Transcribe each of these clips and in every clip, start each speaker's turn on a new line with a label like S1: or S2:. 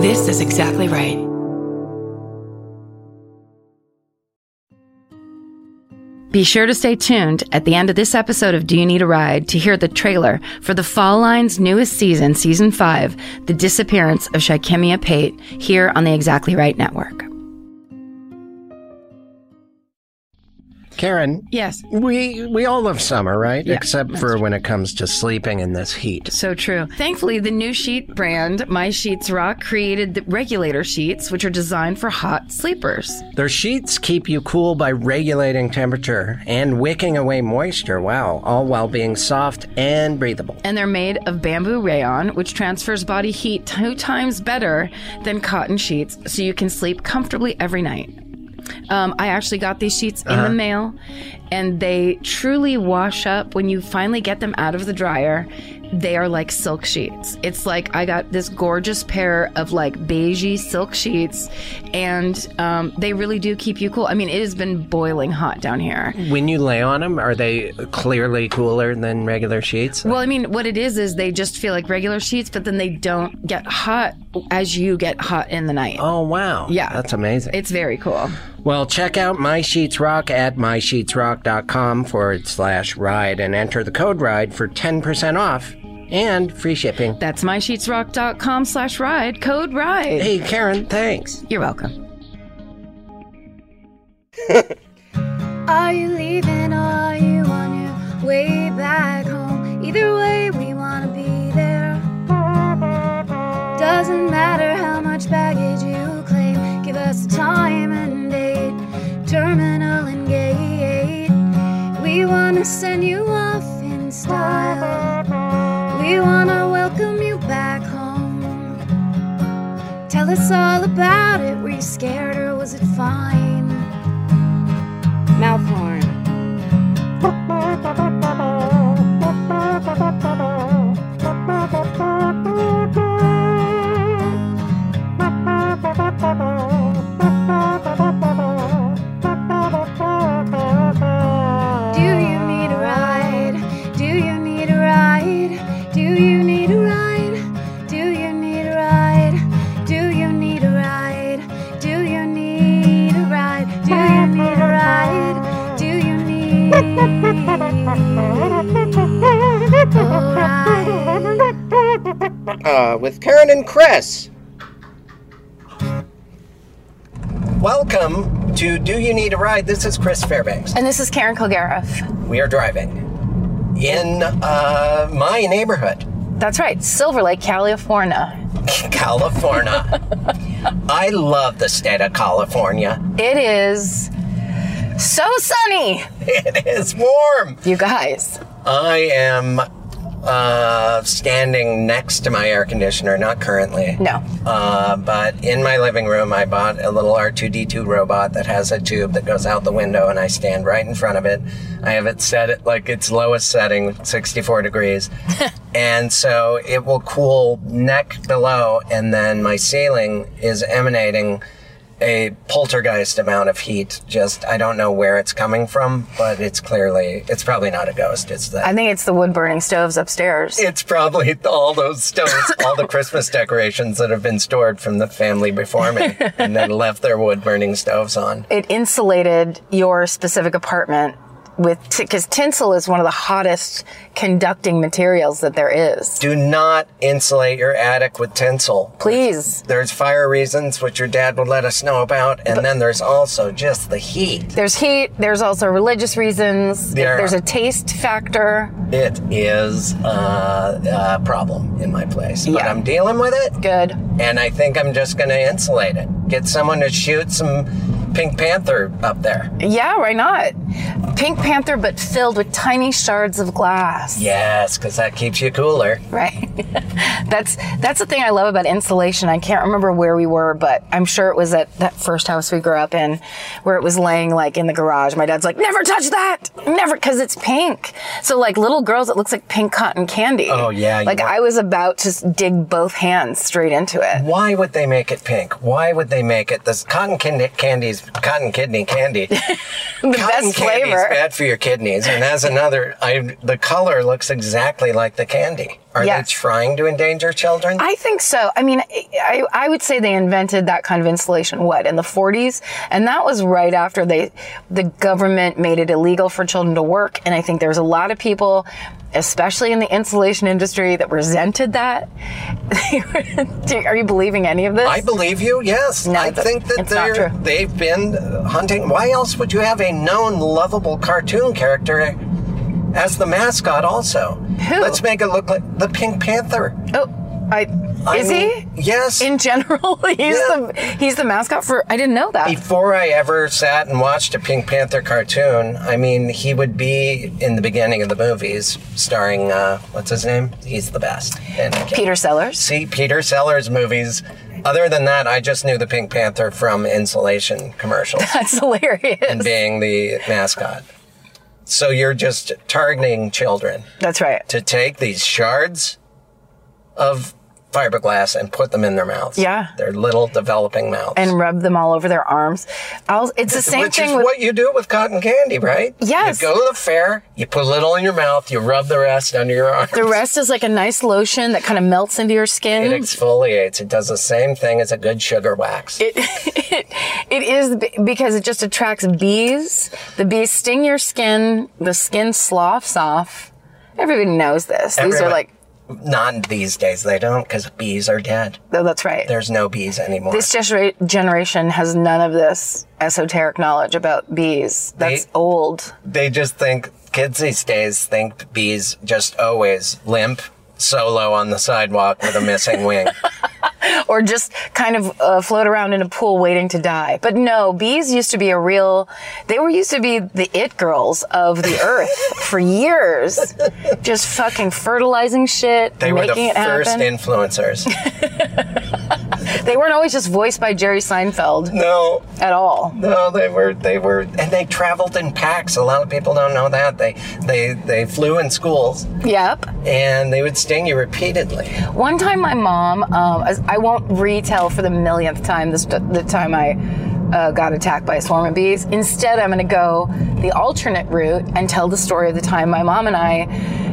S1: This is exactly right.
S2: Be sure to stay tuned at the end of this episode of Do You Need a Ride to hear the trailer for the Fall Line's newest season, Season 5, The Disappearance of Shikemia Pate, here on the Exactly Right Network.
S3: Karen,
S2: Yes,
S3: we we all love summer, right?
S2: Yeah,
S3: Except for when it comes to sleeping in this heat.
S2: so true. Thankfully, the new sheet brand, My Sheets Rock, created the regulator sheets, which are designed for hot sleepers.
S3: Their sheets keep you cool by regulating temperature and wicking away moisture. Wow, all while being soft and breathable.
S2: And they're made of bamboo rayon, which transfers body heat two times better than cotton sheets, so you can sleep comfortably every night. Um, I actually got these sheets in the mail, and they truly wash up when you finally get them out of the dryer. They are like silk sheets. It's like I got this gorgeous pair of like beigey silk sheets, and um, they really do keep you cool. I mean, it has been boiling hot down here.
S3: When you lay on them, are they clearly cooler than regular sheets?
S2: Well, I mean, what it is is they just feel like regular sheets, but then they don't get hot as you get hot in the night.
S3: Oh wow.
S2: Yeah.
S3: That's amazing.
S2: It's very cool.
S3: Well, check out My Sheets Rock at mysheetsrock.com forward slash ride and enter the code RIDE for 10% off and free shipping.
S2: That's mysheetsrock.com slash ride, code ride.
S3: Hey, Karen, thanks.
S2: You're welcome.
S4: Are you leaving or are you on your way back home? Either way, we wanna be there. Doesn't matter how much baggage you claim, give us a time and date, terminal and gate. We wanna send you off in style. We wanna welcome you back home. Tell us all about it. Were you scared or was it fine? Mouth horn. Do you need a ride? Do you need a ride? Do you need a ride? Do you need a ride? Do you need a ride? Do you need a ride? Do you need a ride? Do you need a ride?
S5: uh, with Karen and Chris.
S3: Welcome to Do You Need a Ride? This is Chris Fairbanks.
S6: And this is Karen Kilgariff.
S3: We are driving in uh, my neighborhood,
S6: That's right, Silver Lake, California.
S3: California. I love the state of California.
S6: It is so sunny,
S3: It is warm.
S6: you guys.
S3: I am uh, standing next to my air conditioner, not currently.
S6: No.
S3: Uh, but in my living room, I bought a little R2D2 robot that has a tube that goes out the window, and I stand right in front of it. I have it set at like its lowest setting, 64 degrees. and so it will cool neck below, and then my ceiling is emanating a poltergeist amount of heat. Just, I don't know where it's coming from, but it's clearly, it's probably not a ghost. It's the
S6: I think it's the wood burning stoves upstairs.
S3: it's probably all those stones, all the Christmas decorations that have been stored from the family before me and then left their wood burning stoves on.
S6: It insulated your specific apartment with, because tinsel is one of the hottest conducting materials that there is.
S3: Do not insulate your attic with tinsel.
S6: Please.
S3: There's fire reasons, which your dad would let us know about, and then there's also just the heat.
S6: There's heat, there's also religious reasons,
S3: There-
S6: there's a taste factor.
S3: It is uh, a problem in my place, but
S6: Yeah.
S3: I'm dealing with it.
S6: Good.
S3: and I think I'm just going to insulate it. Get someone to shoot some Pink Panther up there.
S6: Yeah, why not? Pink Panther, but filled with tiny shards of glass.
S3: Yes, because that keeps you cooler.
S6: Right. that's that's the thing I love about insulation. I can't remember where we were, but I'm sure it was at that first house we grew up in where it was laying like in the garage. My dad's like, "Never touch that. Never cuz it's pink." So like little girls it looks like pink cotton candy.
S3: Oh, yeah, you
S6: Like
S3: want-
S6: I was about to s- dig both hands straight into it.
S3: Why would they make it pink? Why would they make it this cotton kidney candy's cotton kidney candy?
S6: The
S3: cotton
S6: best
S3: candy's
S6: flavor.
S3: bad for your kidneys, and as another, I the color looks exactly like the candy. Are
S2: Yes.
S3: they trying to endanger children?
S2: I think so. I mean, I, I would say they invented that kind of installation, what, in the 40s? And that was right after they, the government made it illegal for children to work. And I think there was a lot of people, especially in the insulation industry, that resented that. Do- Are you believing any of this?
S3: I believe you. Yes,
S2: No,
S3: I
S2: but
S3: think that
S2: it's not
S3: they're
S2: true.
S3: they've been uh, hunting. Why else would you have a known lovable cartoon character as the mascot? Also,
S2: Who?
S3: let's make it look like the Pink Panther.
S2: oh, I,
S3: I
S2: is
S3: mean,
S2: he?
S3: Yes.
S2: In general, he's the he's the mascot for. I didn't know that.
S3: before I ever sat and watched a Pink Panther cartoon, I mean, he would be in the beginning of the movies, starring uh, what's his name? He's the best. And I can't
S2: Peter Sellers.
S3: see Peter Sellers movies. Other than that, I just knew the Pink Panther from insulation commercials.
S2: That's hilarious.
S3: and being the mascot. So you're just targeting children
S2: That's right.
S3: to take these shards of fiberglass and put them in their mouths.
S2: Yeah.
S3: Their little developing mouths.
S2: and rub them all over their arms. I'll, it's the same
S3: Which
S2: thing
S3: is
S2: with
S3: what you do with cotton candy, right?
S2: Yes.
S3: You go to the fair, you put a little in your mouth, you rub the rest under your arm.
S2: the rest is like a nice lotion that kind of melts into your
S3: It
S2: skin.
S3: exfoliates. It does the same thing as a good sugar wax.
S2: it, it is b- because it just attracts bees. The bees sting your skin. The skin sloughs off. Everybody knows this. These are
S3: Everyone-
S2: like,
S3: Not these days, they don't, because bees are dead.
S2: oh, that's right.
S3: There's no bees anymore.
S2: This genera- generation has none of this esoteric knowledge about bees. That's
S3: They-
S2: old.
S3: they just think kids these days think bees just always limp solo on the sidewalk with a missing wing.
S2: or just kind of uh, float around in a pool waiting to die. But no, bees used to be a real, they were used to be the it girls of the earth for years. Just fucking fertilizing shit,
S3: They were the
S2: making it
S3: first
S2: happen.
S3: influencers.
S2: they weren't always just voiced by Jerry Seinfeld
S3: no,
S2: at all.
S3: no, Oh, they were they were and they traveled in packs. A lot of people don't know that. They they they flew in schools
S2: Yep.
S3: and they would sting you repeatedly.
S2: One time, my mom, um, as- I won't retell for the millionth time this, the time I uh, got attacked by a swarm of bees. Instead, I'm going to go the alternate route and tell the story of the time my mom and I,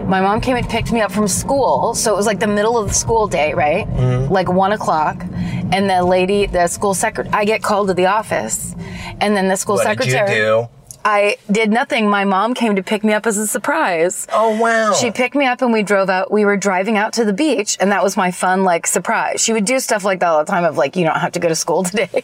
S2: my mom came and picked me up from school. So it was like the middle of the school day, right?
S3: Mm-hmm.
S2: Like one o'clock. And the lady, the school secretary, I get called to the office. And then the school
S3: What
S2: secretary.
S3: did you do?
S2: I did nothing. My mom came to pick me up as a surprise.
S3: Oh wow.
S2: She picked me up and we drove out. We were driving out to the beach, and that was my fun, like, surprise. She would do stuff like that all the time of, like, you don't have to go to school today.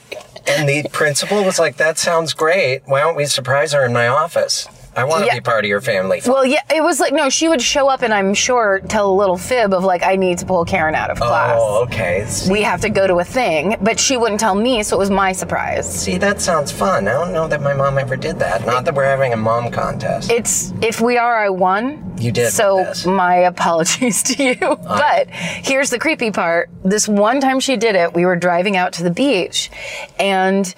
S3: and the principal was like, That sounds great. Why don't we surprise her in my office? I want to
S2: Yeah.
S3: be part of your family.
S2: well, yeah, it was like, no, she would show up and I'm sure tell a little fib of, like, I need to pull Karen out of class.
S3: oh, okay.
S2: We have to go to a thing, but she wouldn't tell me, so it was my surprise.
S3: See, that sounds fun. I don't know that my mom ever did that. Not that we're having a mom contest.
S2: It's if we are, I won.
S3: You did
S2: So
S3: this.
S2: my apologies to you. but here's the creepy part. This one time she did it, we were driving out to the beach and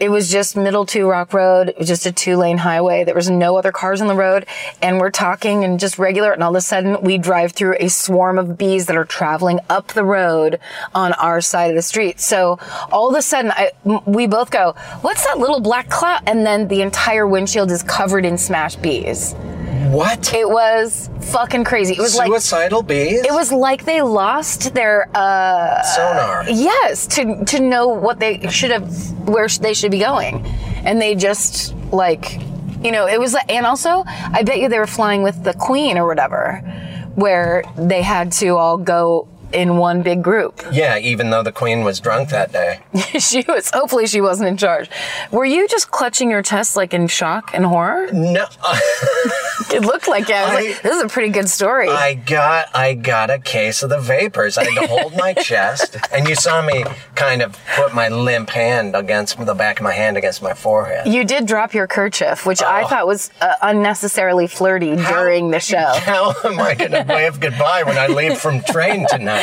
S2: it was just middle two rock road. It was just a two lane highway. There was no other cars on the road and we're talking and just regular. And all of a sudden we drive through a swarm of bees that are traveling up the road on our side of the street. So all of a sudden I, m- we both go, what's that little black cloud? And then the entire windshield is covered in smashed bees.
S3: what?
S2: It was fucking crazy. It was like it
S3: Suicidal bees? It
S2: was like they lost their uh
S3: sonar.
S2: yes to to know what they should have where sh- they should be going, and they just like you know it was like and also I bet you they were flying with the queen or whatever, where they had to all go in one big group.
S3: Yeah, even though the queen was drunk that day.
S2: she was hopefully she wasn't in charge. Were you just clutching your chest like in shock and horror?
S3: No, uh,
S2: It looked like it. I was
S3: I-
S2: like, this is a pretty good story.
S3: I got I got a case of the vapors. I had to hold my chest, and you saw me kind of put my limp hand against the back of my hand against my forehead.
S2: You did drop your kerchief, which I thought was uh, unnecessarily flirty during the show.
S3: How am I going to wave goodbye when I leave from train tonight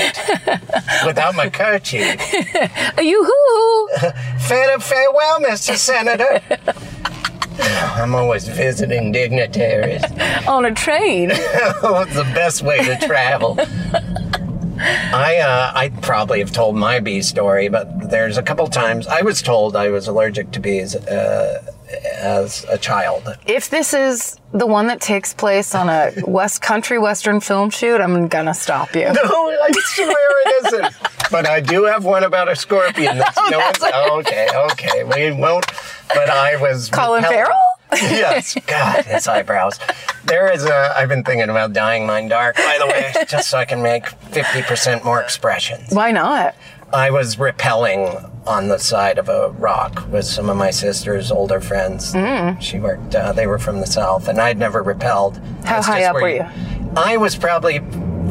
S3: without my kerchief?
S2: You hoo!
S3: Fair, farewell, Mr. Senator. I'm always visiting dignitaries.
S2: on a train.
S3: What's the best way to travel? I uh, I probably have told my bee story, but there's a couple times I was told I was allergic to bees uh, as a child.
S2: If this is the one that takes place on a West Country Western film shoot, I'm gonna stop you.
S3: No, I swear it isn't. But I do have one about a scorpion. That's, no,
S2: Oh, that's
S3: one- okay, okay. We won't. But I was
S2: Colin
S3: repelled-
S2: Farrell?
S3: yes. God, his eyebrows. There is a. I've been thinking about dyeing mine dark. By the way, just so I can make fifty percent more expressions.
S2: Why not?
S3: I was rappelling on the side of a rock with some of my sister's older friends.
S2: Mm.
S3: She worked, uh, they were from the South, and I'd never rappelled.
S2: How
S3: That's
S2: high
S3: just
S2: up
S3: where
S2: were you?
S3: I was probably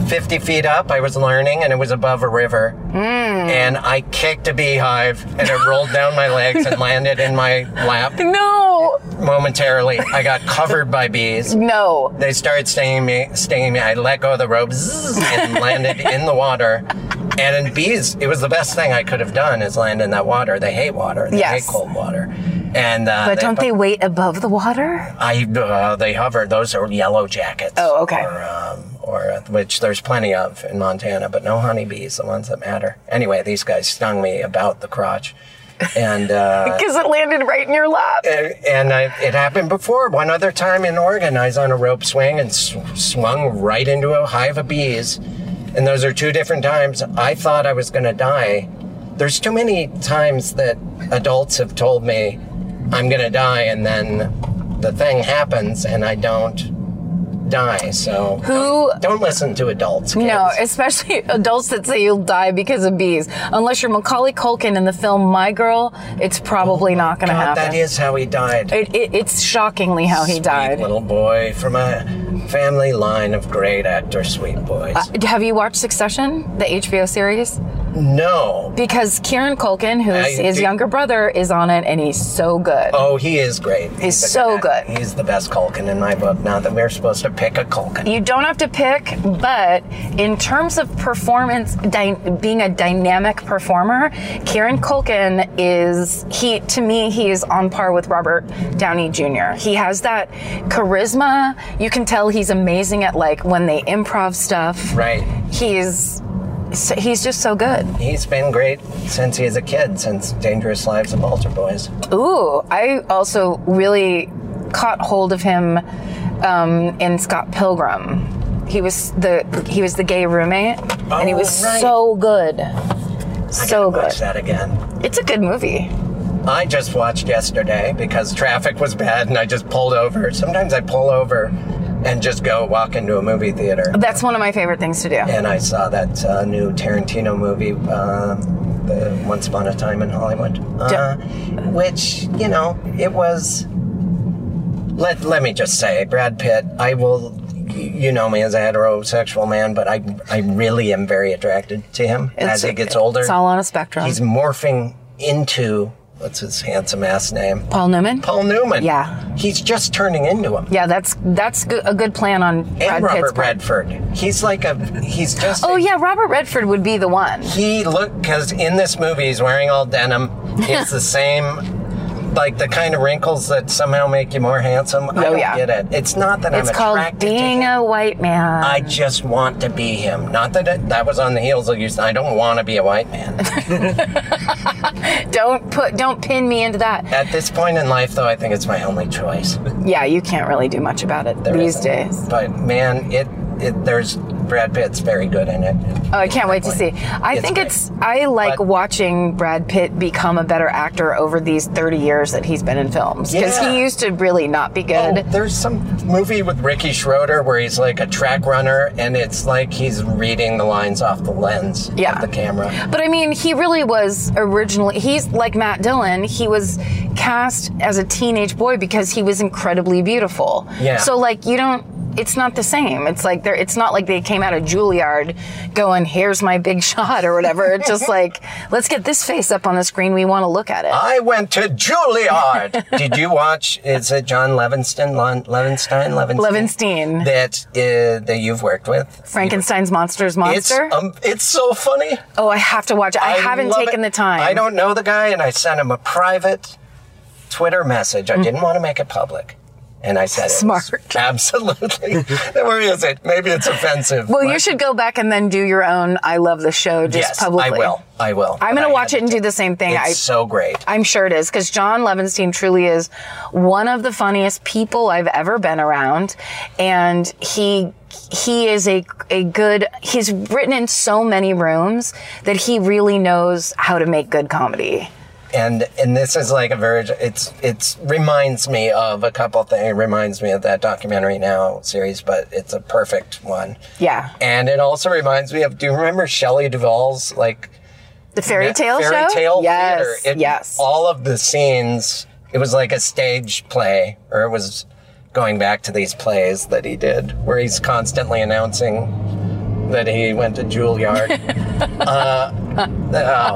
S3: 50 feet up. I was learning, and it was above a river.
S2: Mm.
S3: And I kicked a beehive, and it rolled down my legs and landed in my lap
S2: No,
S3: momentarily. I got covered by bees.
S2: no.
S3: They started stinging me, stinging me. I let go of the rope zzz, and landed in the water. And in bees, it was the best thing I could have done is land in that water. They hate water. They
S2: Yes.
S3: hate cold water. And uh,
S2: But don't they wait above the water?
S3: I uh, they hover. Those are yellow jackets.
S2: Oh, okay.
S3: Or, um, or uh, which there's plenty of in Montana, but no honeybees, the ones that matter. Anyway, these guys stung me about the crotch, and uh,
S2: Because it landed right in your lap.
S3: and I, it happened before. One other time in Oregon, I was on a rope swing and sw- swung right into a hive of bees. And those are two different times. I thought I was going to die. There's too many times that adults have told me I'm going to die, and then the thing happens and I don't die. So
S2: Who?
S3: don't listen to adults. Kids.
S2: No, especially adults that say you'll die because of bees. Unless you're Macaulay Culkin in the film My Girl, it's probably not going to
S3: God,
S2: happen.
S3: that is how he died.
S2: It, it, it's shockingly how he died.
S3: Little boy from a family line of great actor, sweet boys.
S2: Have you watched Succession, the HBO series?
S3: no,
S2: Because Kieran Culkin, who's
S3: I
S2: his
S3: do-
S2: younger brother, is on it, and he's so good.
S3: Oh, he is great. He's, the
S2: so
S3: guy.
S2: good.
S3: He's the best Culkin in my book. Not that we're supposed to pick a Culkin.
S2: You don't have to pick, but in terms of performance, dy- being a dynamic performer, Kieran Culkin is he to me he is on par with Robert Downey Jr. He has that charisma. You can tell he's amazing at like when they improv stuff.
S3: Right.
S2: He's so- he's just so good.
S3: He's been great since he was a kid, since Dangerous Lives of Altar Boys.
S2: Ooh, I also really caught hold of him um, in Scott Pilgrim. He was the he was the gay roommate, and he was
S3: Oh, right.
S2: so good, so good.
S3: Watch that again.
S2: It's a good movie.
S3: I just watched yesterday because traffic was bad and I just pulled over. Sometimes I pull over and just go walk into a movie theater.
S2: That's one of my favorite things to do.
S3: And I saw that uh, new Tarantino movie, uh, the Once Upon a Time in Hollywood, uh, which you know it was. Let Let me just say, Brad Pitt. I will. You know me as a heterosexual man, but I I really am very attracted to him as he gets older.
S2: It's all on a spectrum.
S3: He's morphing into what's his handsome ass name,
S2: Paul Newman.
S3: Paul Newman.
S2: Yeah.
S3: he's just turning into him.
S2: yeah, that's that's go- a good plan on Brad
S3: And
S2: Pitt's
S3: Robert
S2: part.
S3: Redford. He's like a. He's just.
S2: Oh yeah, Robert Redford would be the one.
S3: he look because in this movie he's wearing all denim. It's the same, like the kind of wrinkles that somehow make you more handsome. I
S2: Oh,
S3: don't
S2: yeah.
S3: get it. It's not that
S2: It's
S3: I'm
S2: called
S3: attracted
S2: being
S3: to him.
S2: a white man.
S3: I just want to be him. Not that it, that was on the heels of you. I don't want to be a white man.
S2: don't put don't pin me into that.
S3: At this point in life, though, I think it's my only choice.
S2: Yeah, you can't really do much about it these
S3: isn't.
S2: days.
S3: But man, it it there's Brad Pitt's very good in it.
S2: Oh, I can't wait to see. I
S3: It's
S2: think
S3: great.
S2: it's. I like
S3: But-
S2: watching Brad Pitt become a better actor over these 30 years that he's been in films because
S3: Yeah.
S2: he used to really not be
S3: Oh,
S2: good.
S3: there's some movie with Ricky Schroeder where he's like a track runner, and it's like he's reading the lines off the lens
S2: Yeah.
S3: of the camera.
S2: But I mean, he really was originally. He's like Matt Dillon. He was cast as a teenage boy because he was incredibly beautiful.
S3: Yeah.
S2: So like, you don't. It's not the same. It's like they're. It's not like they came out of Juilliard, going, "Here's my big shot" or whatever. It's just like, let's get this face up on the screen. We want to look at it.
S3: I went to Juilliard. Did you watch? Is it John Levinstein? Lon, Levinstein? Levinstein?
S2: Levinstein.
S3: That, uh, that you've worked with?
S2: Frankenstein's Monster's
S3: It's,
S2: Monster.
S3: um, it's so funny.
S2: oh, I have to watch. it. I, haven't
S3: love
S2: taken
S3: it.
S2: the time.
S3: I don't know the guy, and I sent him a private Twitter message. I didn't want to make it public. And I said,
S2: Mm. Smart.
S3: It. Absolutely. Where is it? Maybe it's offensive.
S2: Well,
S3: but-
S2: you should go back and then do your own I love the show just
S3: yes,
S2: publicly.
S3: I will. I will.
S2: I'm
S3: And
S2: going
S3: I
S2: to watch
S3: had
S2: it and do the same thing.
S3: It's
S2: I,
S3: so great.
S2: I'm sure it is because John Levinstein truly is one of the funniest people I've ever been around, and he he is a a good. He's written in so many rooms that he really knows how to make good comedy.
S3: and and this is like a very it's it's reminds me of a couple things it reminds me of that documentary now series but it's a perfect one
S2: Yeah,
S3: and it also reminds me of do you remember shelley duvall's like
S2: the fairy tale
S3: fairy
S2: show.
S3: tale
S2: yes,
S3: theater It-
S2: yes.
S3: all of the scenes it was like a stage play or it was going back to these plays that he did where he's constantly announcing that he went to Juilliard. uh,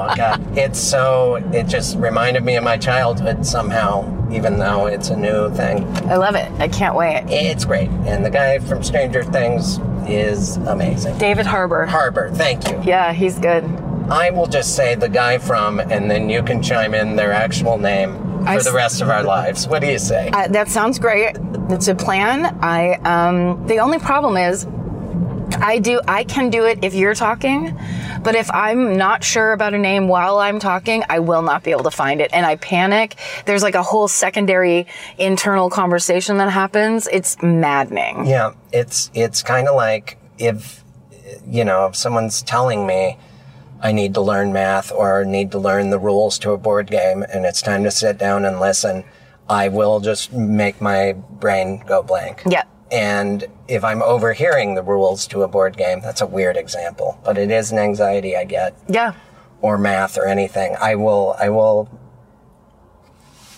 S3: oh God, it's so. It just reminded me of my childhood somehow, even though it's a new thing.
S2: I love it. I can't wait.
S3: It's great, and the guy from Stranger Things is amazing.
S2: David Harbour.
S3: Harbor, thank you.
S2: yeah, he's good.
S3: I will just say the guy from, and then you can chime in their actual name for
S2: I s-
S3: the rest of our lives. What do you say?
S2: Uh, that sounds great. It's a plan. I um, the only problem is I do I can do it if you're talking, but if I'm not sure about a name while I'm talking, I will not be able to find it and I panic. There's like a whole secondary internal conversation that happens. It's maddening.
S3: Yeah, it's it's kind of like if you know if someone's telling me I need to learn math or need to learn the rules to a board game, and it's time to sit down and listen. I will just make my brain go blank.
S2: Yeah.
S3: And if I'm overhearing the rules to a board game, that's a weird example, but it is an anxiety I get,
S2: Yeah.
S3: or math or anything. I will I will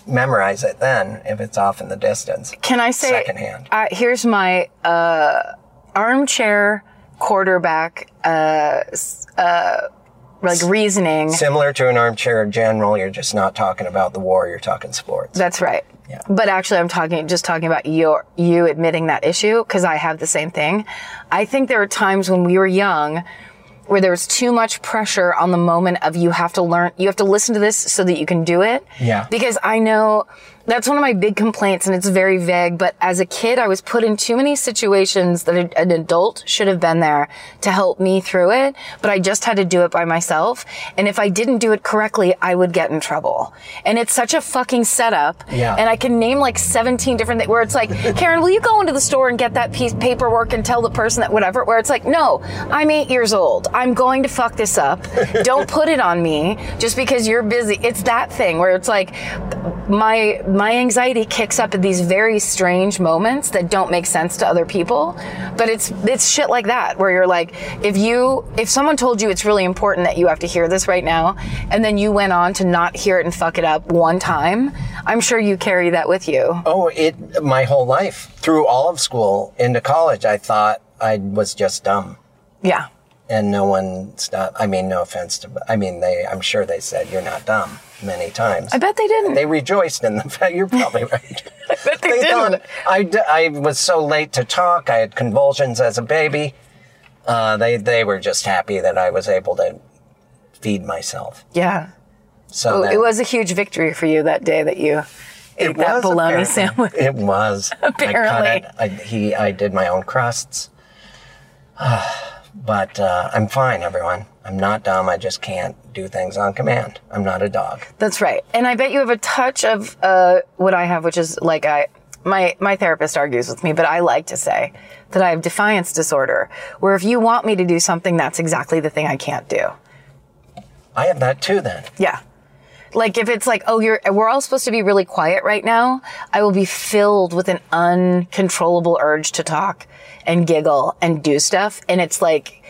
S3: memorize it then if it's off in the distance.
S2: Can I say
S3: Secondhand.
S2: Uh, here's my uh, armchair quarterback uh, s- uh, like reasoning.
S3: similar to an armchair general, you're just not talking about the war, you're talking sports.
S2: That's right. But actually, I'm talking just talking about your you admitting that issue because I have the same thing. I think there were times when we were young where there was too much pressure on the moment of you have to learn, you have to listen to this so that you can do it.
S3: Yeah.
S2: Because I know that's one of my big complaints, and it's very vague. But as a kid, I was put in too many situations that a- an adult should have been there to help me through it, but I just had to do it by myself. And if I didn't do it correctly, I would get in trouble. And it's such a fucking setup.
S3: Yeah.
S2: And I can name like 17 different things where it's like, Karen, will you go into the store and get that piece of paperwork and tell the person that whatever? Where it's like, no, I'm eight years old. I'm going to fuck this up. Don't put it on me just because you're busy. It's that thing where it's like, my my anxiety kicks up at these very strange moments that don't make sense to other people but it's it's shit like that where you're like if you if someone told you it's really important that you have to hear this right now and then you went on to not hear it and fuck it up one time i'm sure you carry that with you
S3: Oh, it my whole life through all of school into college, I thought I was just dumb,
S2: yeah
S3: and no one stopped. I mean, no offense to, I mean they. I'm sure they said you're not dumb many times.
S2: i bet they didn't
S3: they rejoiced in the fact you're probably right.
S2: bet they
S3: They
S2: didn't.
S3: thought I, d- I was so late to talk. I had convulsions as a baby. Uh, they they were just happy that I was able to feed myself.
S2: yeah
S3: So
S2: Oh, it
S3: then-
S2: was a huge victory for you that day that you ate
S3: It
S2: that
S3: was,
S2: bologna
S3: apparently.
S2: sandwich
S3: It was I
S2: Apparently.
S3: cut it. I, he, I did my own crusts. but uh, I'm fine, everyone. I'm not dumb. I just can't do things on command. I'm not a dog.
S2: That's right. And I bet you have a touch of uh, what I have, which is like I my my therapist argues with me, but I like to say that I have defiance disorder, where if you want me to do something, that's exactly the thing I can't do.
S3: I have that too. Then
S2: Yeah. Like if it's like, oh, you're we're all supposed to be really quiet right now, I will be filled with an uncontrollable urge to talk and giggle and do stuff. And it's like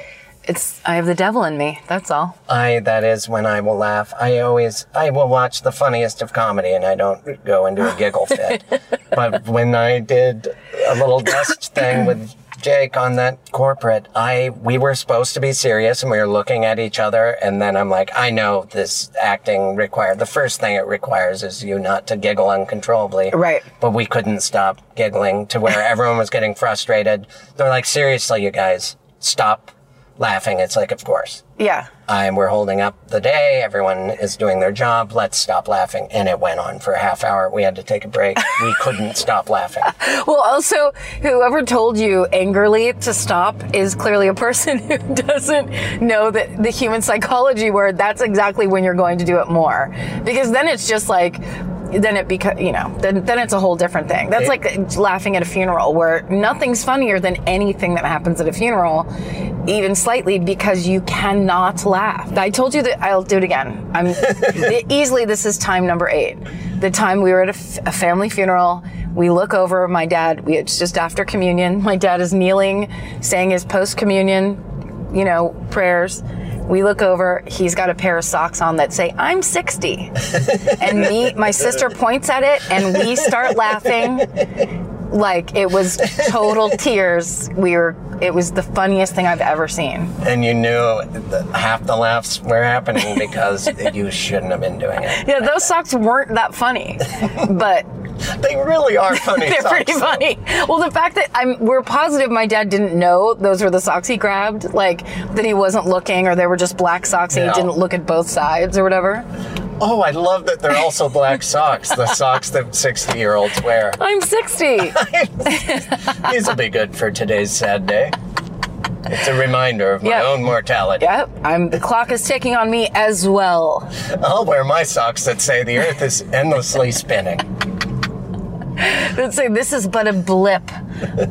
S2: it's I have the devil in me, that's all.
S3: I that is when I will laugh. I always I will watch the funniest of comedy, and I don't go into a giggle fit. but when I did a little dust thing with Jake on that corporate, I we were supposed to be serious, and we were looking at each other, and then I'm like, I know this acting required. The first thing it requires is you not to giggle uncontrollably.
S2: Right.
S3: But we couldn't stop giggling to where everyone was getting frustrated. They're like, seriously, you guys, stop laughing. It's like, of course.
S6: Yeah.
S3: And we're holding up the day. Everyone is doing their job. Let's stop laughing. And it went on for a half hour. We had to take a break. We couldn't stop laughing.
S6: Well, also, whoever told you angrily to stop is clearly a person who doesn't know that the human psychology where that's exactly when you're going to do it more. Because then it's just like, then it becomes, you know, then, then it's a whole different thing. That's like laughing at a funeral where nothing's funnier than anything that happens at a funeral, even slightly, because you cannot laugh. I told you that I'll do it again. I'm e-, easily, this is time number eight. The time we were at a, f- a family funeral, we look over, my dad, we, it's just after communion. My dad is kneeling, saying his post communion, you know, prayers. We look over, he's got a pair of socks on that say, I'm 60. and me, my sister points at it, and we start laughing. Like it was total tears. We were, it was the funniest thing I've ever seen.
S3: And you knew that half the laughs were happening because you shouldn't have been doing it.
S6: Yeah, those socks weren't that funny, but
S3: They really are funny.
S6: They're pretty
S3: socks, though.
S6: funny. Well, the fact that I'm we're positive my dad didn't know those were the socks he grabbed, like that he wasn't looking, or they were just black socks and
S3: Yeah.
S6: he didn't look at both sides or whatever.
S3: Oh, I love that they're also black socks, the socks that 60 year olds wear.
S6: I'm 60.
S3: These will be good for today's sad day. It's a reminder of my
S6: Yeah.
S3: own mortality.
S6: yep, I'm. The clock is ticking on me as well.
S3: I'll wear my socks that say the earth is endlessly spinning.
S6: Let's say this is but a blip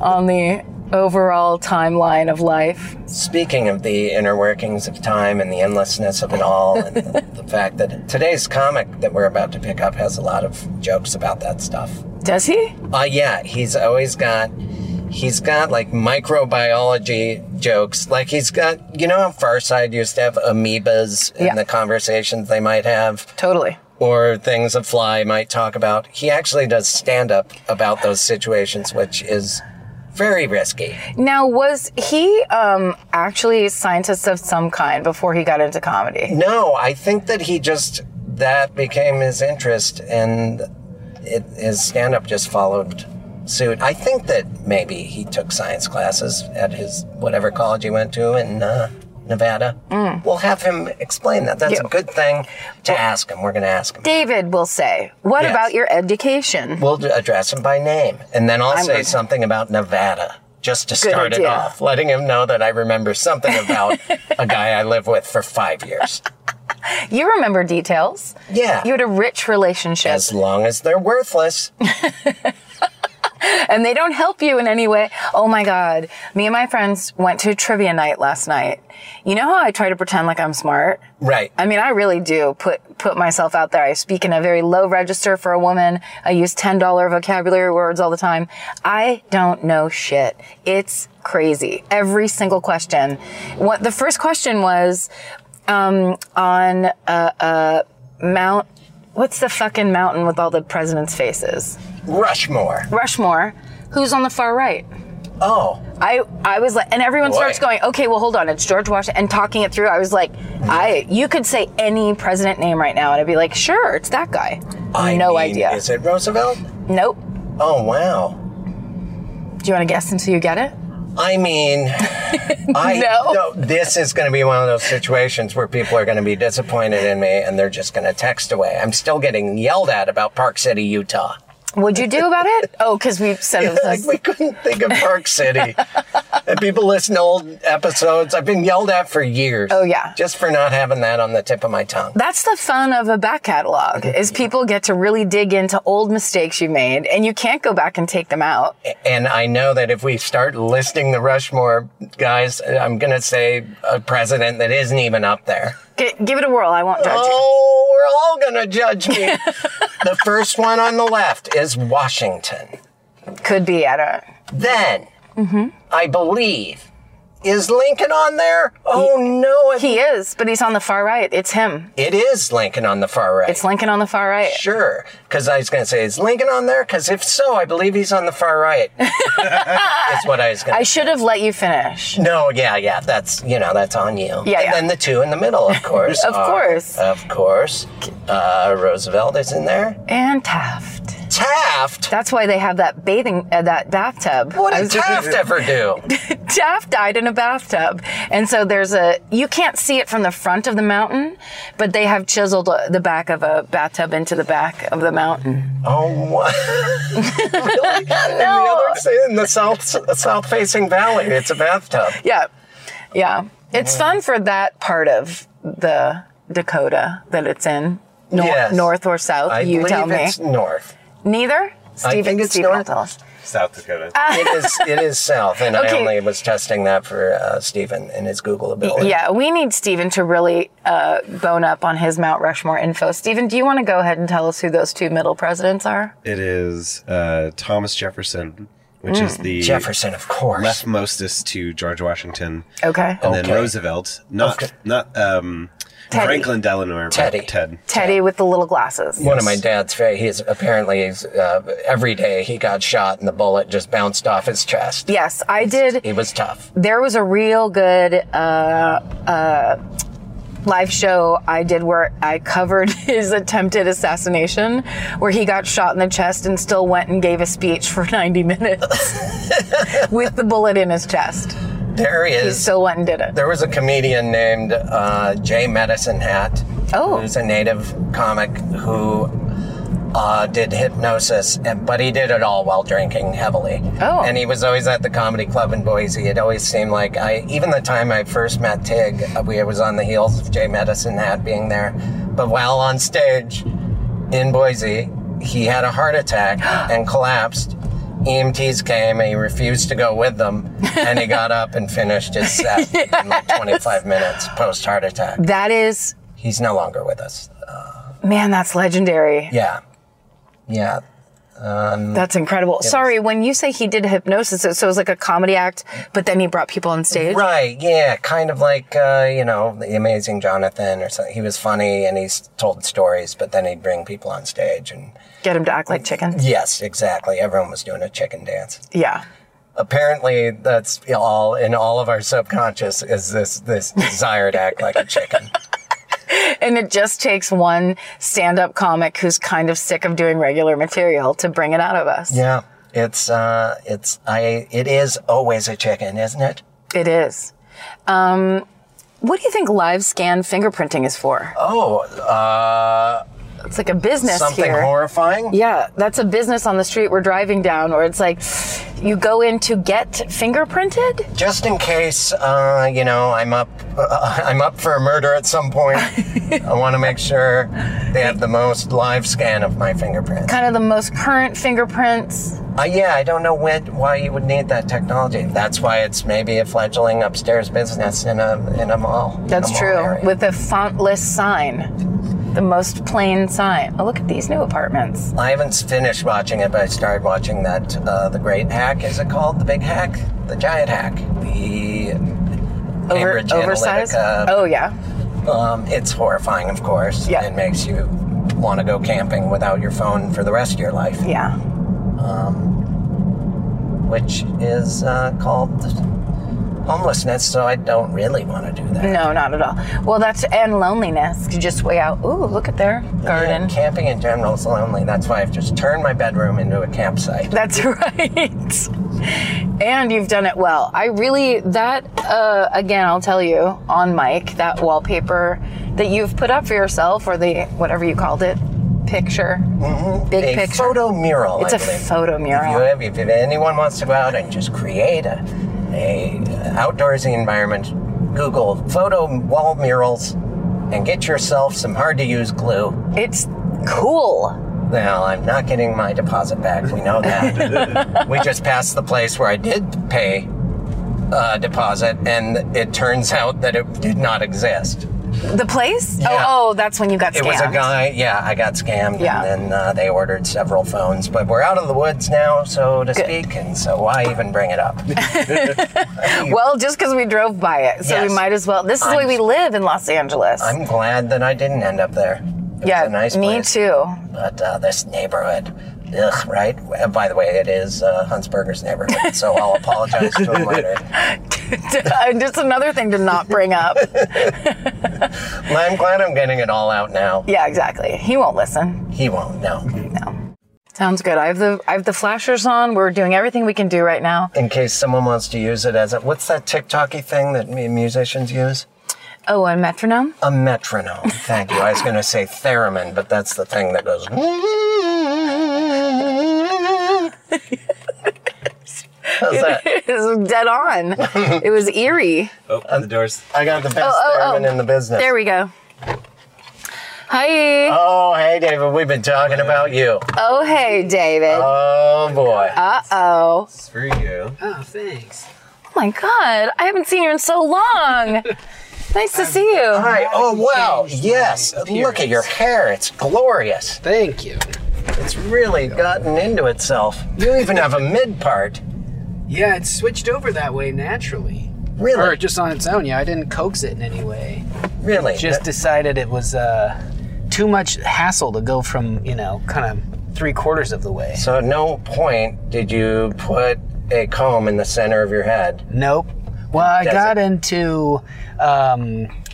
S6: on the overall timeline of life.
S3: Speaking of the inner workings of time and the endlessness of it all, and the, the fact that today's comic that we're about to pick up has a lot of jokes about that stuff.
S6: Does he?
S3: Uh, yeah, he's always got, he's got like microbiology jokes. Like he's got, you know how Farside used to have amoebas in
S6: Yeah.
S3: the conversations they might have?
S6: Totally.
S3: or things a fly might talk about. He actually does stand up about those situations, which is very risky.
S6: Now, was he um, actually a scientist of some kind before he got into comedy?
S3: No, I think that he just that became his interest, and it, his stand up just followed suit. I think that maybe he took science classes at his whatever college he went to in uh, Nevada.
S6: Mm.
S3: We'll have him explain that. That's a good thing to ask him. We're going to ask him.
S6: David will say, What
S3: Yes.
S6: about your education?
S3: We'll d- address him by name, and then I'll say
S6: gonna-
S3: something about Nevada just to start it
S6: idea.
S3: off, letting him know that I remember something about a guy I live with for five years.
S6: You remember details.
S3: Yeah.
S6: You had a rich relationship,
S3: as long as they're worthless.
S6: and they don't help you in any way. Oh my God. Me and my friends went to trivia night last night. You know how I try to pretend like I'm smart?
S3: Right.
S6: I mean, I really do put put myself out there. I speak in a very low register for a woman. I use ten dollar vocabulary words all the time. I don't know shit. It's crazy. Every single question. What the first question was um, on uh, uh, Mount. What's the fucking mountain with all the presidents' faces?
S3: Rushmore.
S6: Rushmore. Who's on the far right?
S3: Oh,
S6: I, I was like, and everyone
S3: Boy.
S6: starts going, okay, well, hold on, it's George Washington, and talking it through. I was like, I, you could say any president name right now, and I'd be like, sure, it's that guy.
S3: I
S6: no
S3: mean,
S6: idea.
S3: Is it Roosevelt?
S6: Nope.
S3: Oh, wow.
S6: Do you want to guess until you get it?
S3: I mean, I
S6: No.
S3: no, this is going to be one of those situations where people are going to be disappointed in me and they're just going to text away. I'm still getting yelled at about Park City, Utah.
S6: What'd you do about it? Oh, because we said it
S3: like
S6: was.
S3: we couldn't think of Park City. and people listen to old episodes. I've been yelled at for years. Oh
S6: yeah.
S3: Just for not having that on the tip of my tongue.
S6: That's the fun of a back catalog is people get to really dig into old mistakes you made, and you can't go back and take them out.
S3: And I know that if we start listing the Rushmore guys, I'm gonna say a president that isn't even up there.
S6: G- give it a whirl. I won't judge you.
S3: Oh, we're all gonna judge me. the first one on the left is Washington.
S6: Could be. I don't.
S3: Then
S6: Mm-hmm.
S3: I believe is Lincoln on there? Oh no, it,
S6: He is, but he's on the far right. It's him.
S3: it is Lincoln on the far right.
S6: It's Lincoln on the far right.
S3: Sure, because I was going to say, is Lincoln on there? Because if so, I believe he's on the far right. That's what I was going
S6: I
S3: to.
S6: should have let you finish.
S3: No, yeah, yeah, that's you know that's on you.
S6: Yeah,
S3: And
S6: yeah.
S3: then the two in the middle, of course.
S6: Of
S3: are-
S6: course.
S3: Of course. Uh, Roosevelt is in there.
S6: And Taft.
S3: Taft?
S6: That's why they have that bathing, uh, that bathtub.
S3: What
S6: I
S3: did
S6: was-
S3: Taft ever do?
S6: Taft died in a bathtub. And so there's a, you can't see it from the front of the mountain, but they have chiseled uh, the back of a bathtub into the back of the mountain.
S3: Oh, what? really?
S6: No.
S3: In the, other, in the south south facing valley, it's a bathtub.
S6: Yeah. Yeah. It's fun for that part of the Dakota that it's in. Nor-
S3: Yes.
S6: North or south,
S3: I
S6: you
S3: believe
S6: tell me.
S3: it's north.
S6: Neither? Steve,
S3: think it's
S6: Steve will
S3: north.
S6: tell us.
S1: South Dakota.
S3: It is. It is south, and I
S6: Okay.
S3: only was testing that for uh, Stephen and his Google ability.
S6: Yeah, we need Steven to really uh, bone up on his Mount Rushmore info. Steven, do you want to go ahead and tell us who those two middle presidents are?
S1: It is uh, Thomas Jefferson, which is the
S3: Hmm. Jefferson, of course.
S1: leftmostest to George Washington,
S6: Okay.
S1: and then
S3: Okay.
S1: Roosevelt. Not
S3: Okay.
S1: not um,
S6: Teddy.
S1: Franklin Delano
S3: Teddy.
S1: Ted.
S6: Teddy with the little glasses.
S3: One of my dad's. fa- He's apparently he's, uh, every day he got shot, and the bullet just bounced off his chest.
S6: Yes, I did.
S3: He was tough.
S6: There was a real good uh, uh, live show I did where I covered his attempted assassination, where he got shot in the chest and still went and gave a speech for 90 minutes with the bullet in his chest.
S3: There he is.
S6: Still went and did it.
S3: There was a comedian named uh, Jay Medicine Hat.
S6: Oh.
S3: Who's a native comic who uh, did hypnosis, and, but he did it all while drinking heavily.
S6: Oh.
S3: And he was always at the comedy club in Boise. It always seemed like I, even the time I first met Tig, uh, we was on the heels of Jay Medicine Hat being there. But while on stage in Boise, he had a heart attack and collapsed. EMTs came and he refused to go with them, and he got up and finished his set in like 25 minutes post heart attack.
S6: That is,
S3: He's no longer with us.
S6: man, that's legendary.
S3: Yeah, yeah.
S6: That's incredible. Sorry, when you say he did hypnosis, so so it was like a comedy act, but then he brought people on stage.
S3: Right, yeah, kind of like uh, you know the Amazing Jonathan or something. He was funny and he's told stories, but then he'd bring people on stage and
S6: Get him to act like chicken.
S3: yes, exactly. Everyone was doing a chicken dance.
S6: Yeah.
S3: Apparently, that's all in all of our subconscious is this this desire to act like a chicken.
S6: And it just takes one stand up comic who's kind of sick of doing regular material to bring it out of us.
S3: Yeah, it's uh, it's I it is always a chicken, isn't it?
S6: It is. Um, what do you think live scan fingerprinting is for?
S3: Oh, uh,
S6: It's like a business
S3: something
S6: here.
S3: horrifying.
S6: Yeah, that's a business on the street we're driving down where it's like you go in to get fingerprinted.
S3: just in case uh, you know I'm up uh, I'm up for a murder at some point. I want to make sure they have the most live scan of my fingerprints.
S6: Kind of the most current fingerprints.
S3: Uh, yeah, I don't know when, why you would need that technology. That's why it's maybe a fledgling upstairs business in a in a mall. in a
S6: That's
S3: mall
S6: true.
S3: area.
S6: With a fontless sign, the most plain sign. Oh, look at these new apartments.
S3: I haven't finished watching it, but I started watching that uh, the Great Hack. Is it called the Big Hack? The Giant Hack? The Cambridge
S6: oversized.
S3: Analytica
S6: Oh yeah.
S3: Um, it's horrifying, of course.
S6: Yeah.
S3: It makes you want to go camping without your phone for the rest of your life,
S6: Yeah.
S3: which is uh, called homelessness. So I don't really want to do that.
S6: No, not at all. Well, that's and loneliness. You just way out. Ooh, look at their garden.
S3: And camping in general is lonely. That's why I've just turned my bedroom into a campsite.
S6: That's right. And you've done it well. I really that uh, again. I'll tell you on mic that wallpaper that you've put up for yourself or the whatever you called it picture, big
S3: Mm-hmm. a
S6: picture.
S3: photo mural.
S6: it's
S3: I
S6: a
S3: believe.
S6: photo
S3: If,
S6: mural.
S3: you have, if anyone wants to go out and just create a, a outdoorsy environment, Google photo wall murals and get yourself some hard to use glue.
S6: It's cool.
S3: Well, I'm not getting my deposit back. We know that. we just passed the place where I did pay a deposit, and it turns out that it did not exist.
S6: The place?
S3: Yeah.
S6: Oh, oh, that's when you got
S3: It
S6: scammed.
S3: was a guy. Yeah, I got scammed,
S6: Yeah.
S3: and then uh, they ordered several phones. But we're out of the woods now, so to speak, and so why even bring it up?
S6: Well, just because we drove by it, so
S3: Yes.
S6: we might as well. This is the
S3: I'm-
S6: way we live in Los Angeles.
S3: I'm glad that I didn't end up there. It was
S6: yeah,
S3: a nice
S6: me
S3: place.
S6: too.
S3: But uh, this neighborhood, ugh, right? Uh, By the way, it is uh, Huntsberger's neighborhood, so I'll apologize to him later.
S6: just another thing to not bring up.
S3: Well, I'm glad I'm getting it all out now.
S6: yeah, exactly. He won't listen.
S3: He won't, no.
S6: No. Sounds good. I have the I have the flashers on. We're doing everything we can do right now.
S3: in case someone wants to use it as a what's that TikToky thing that mu- musicians use?
S6: Oh, and metronome.
S3: A metronome. Thank you. I was going to say theremin, but that's the thing that goes. How's that?
S6: it was dead on. it was eerie.
S1: Open the doors.
S3: I got the best
S6: Oh, oh, oh.
S3: theremin in the business.
S6: There we go. Hi.
S3: oh, hey, David. We've been talking about you.
S6: Oh, hey, David.
S3: Oh boy.
S6: Uh oh.
S1: It's for you.
S7: Oh, thanks.
S6: Oh my God. I haven't seen you in so long. nice to see you.
S3: Hi. Oh wow. Yes. Look at your hair. It's glorious.
S7: Thank you.
S3: It's really gotten into itself. You even have a mid part.
S7: Yeah, it's switched over that way naturally.
S3: Really.
S7: Or just on its own, yeah. I didn't coax it in any way.
S3: really.
S7: Just decided it was uh, too much hassle to go from, you know, kind of three quarters of the way.
S3: So at no point did you put a comb in the center of your head.
S7: Nope. Well, I
S3: Does
S7: got
S3: it-
S7: into. Um,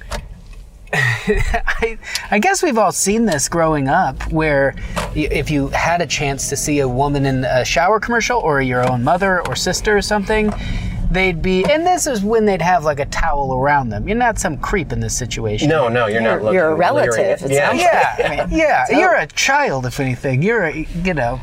S7: I, I guess we've all seen this growing up, where y- if you had a chance to see a woman in a shower commercial or your own mother or sister or something, they'd be, and this is when they'd have like a towel around them. You're not some creep in this situation.
S3: No, no, you're, not looking.
S6: you're a
S3: leering at-
S6: relative, it
S3: Yeah.
S6: sounds
S7: Yeah, yeah. You're a child, if anything. You're a, you know,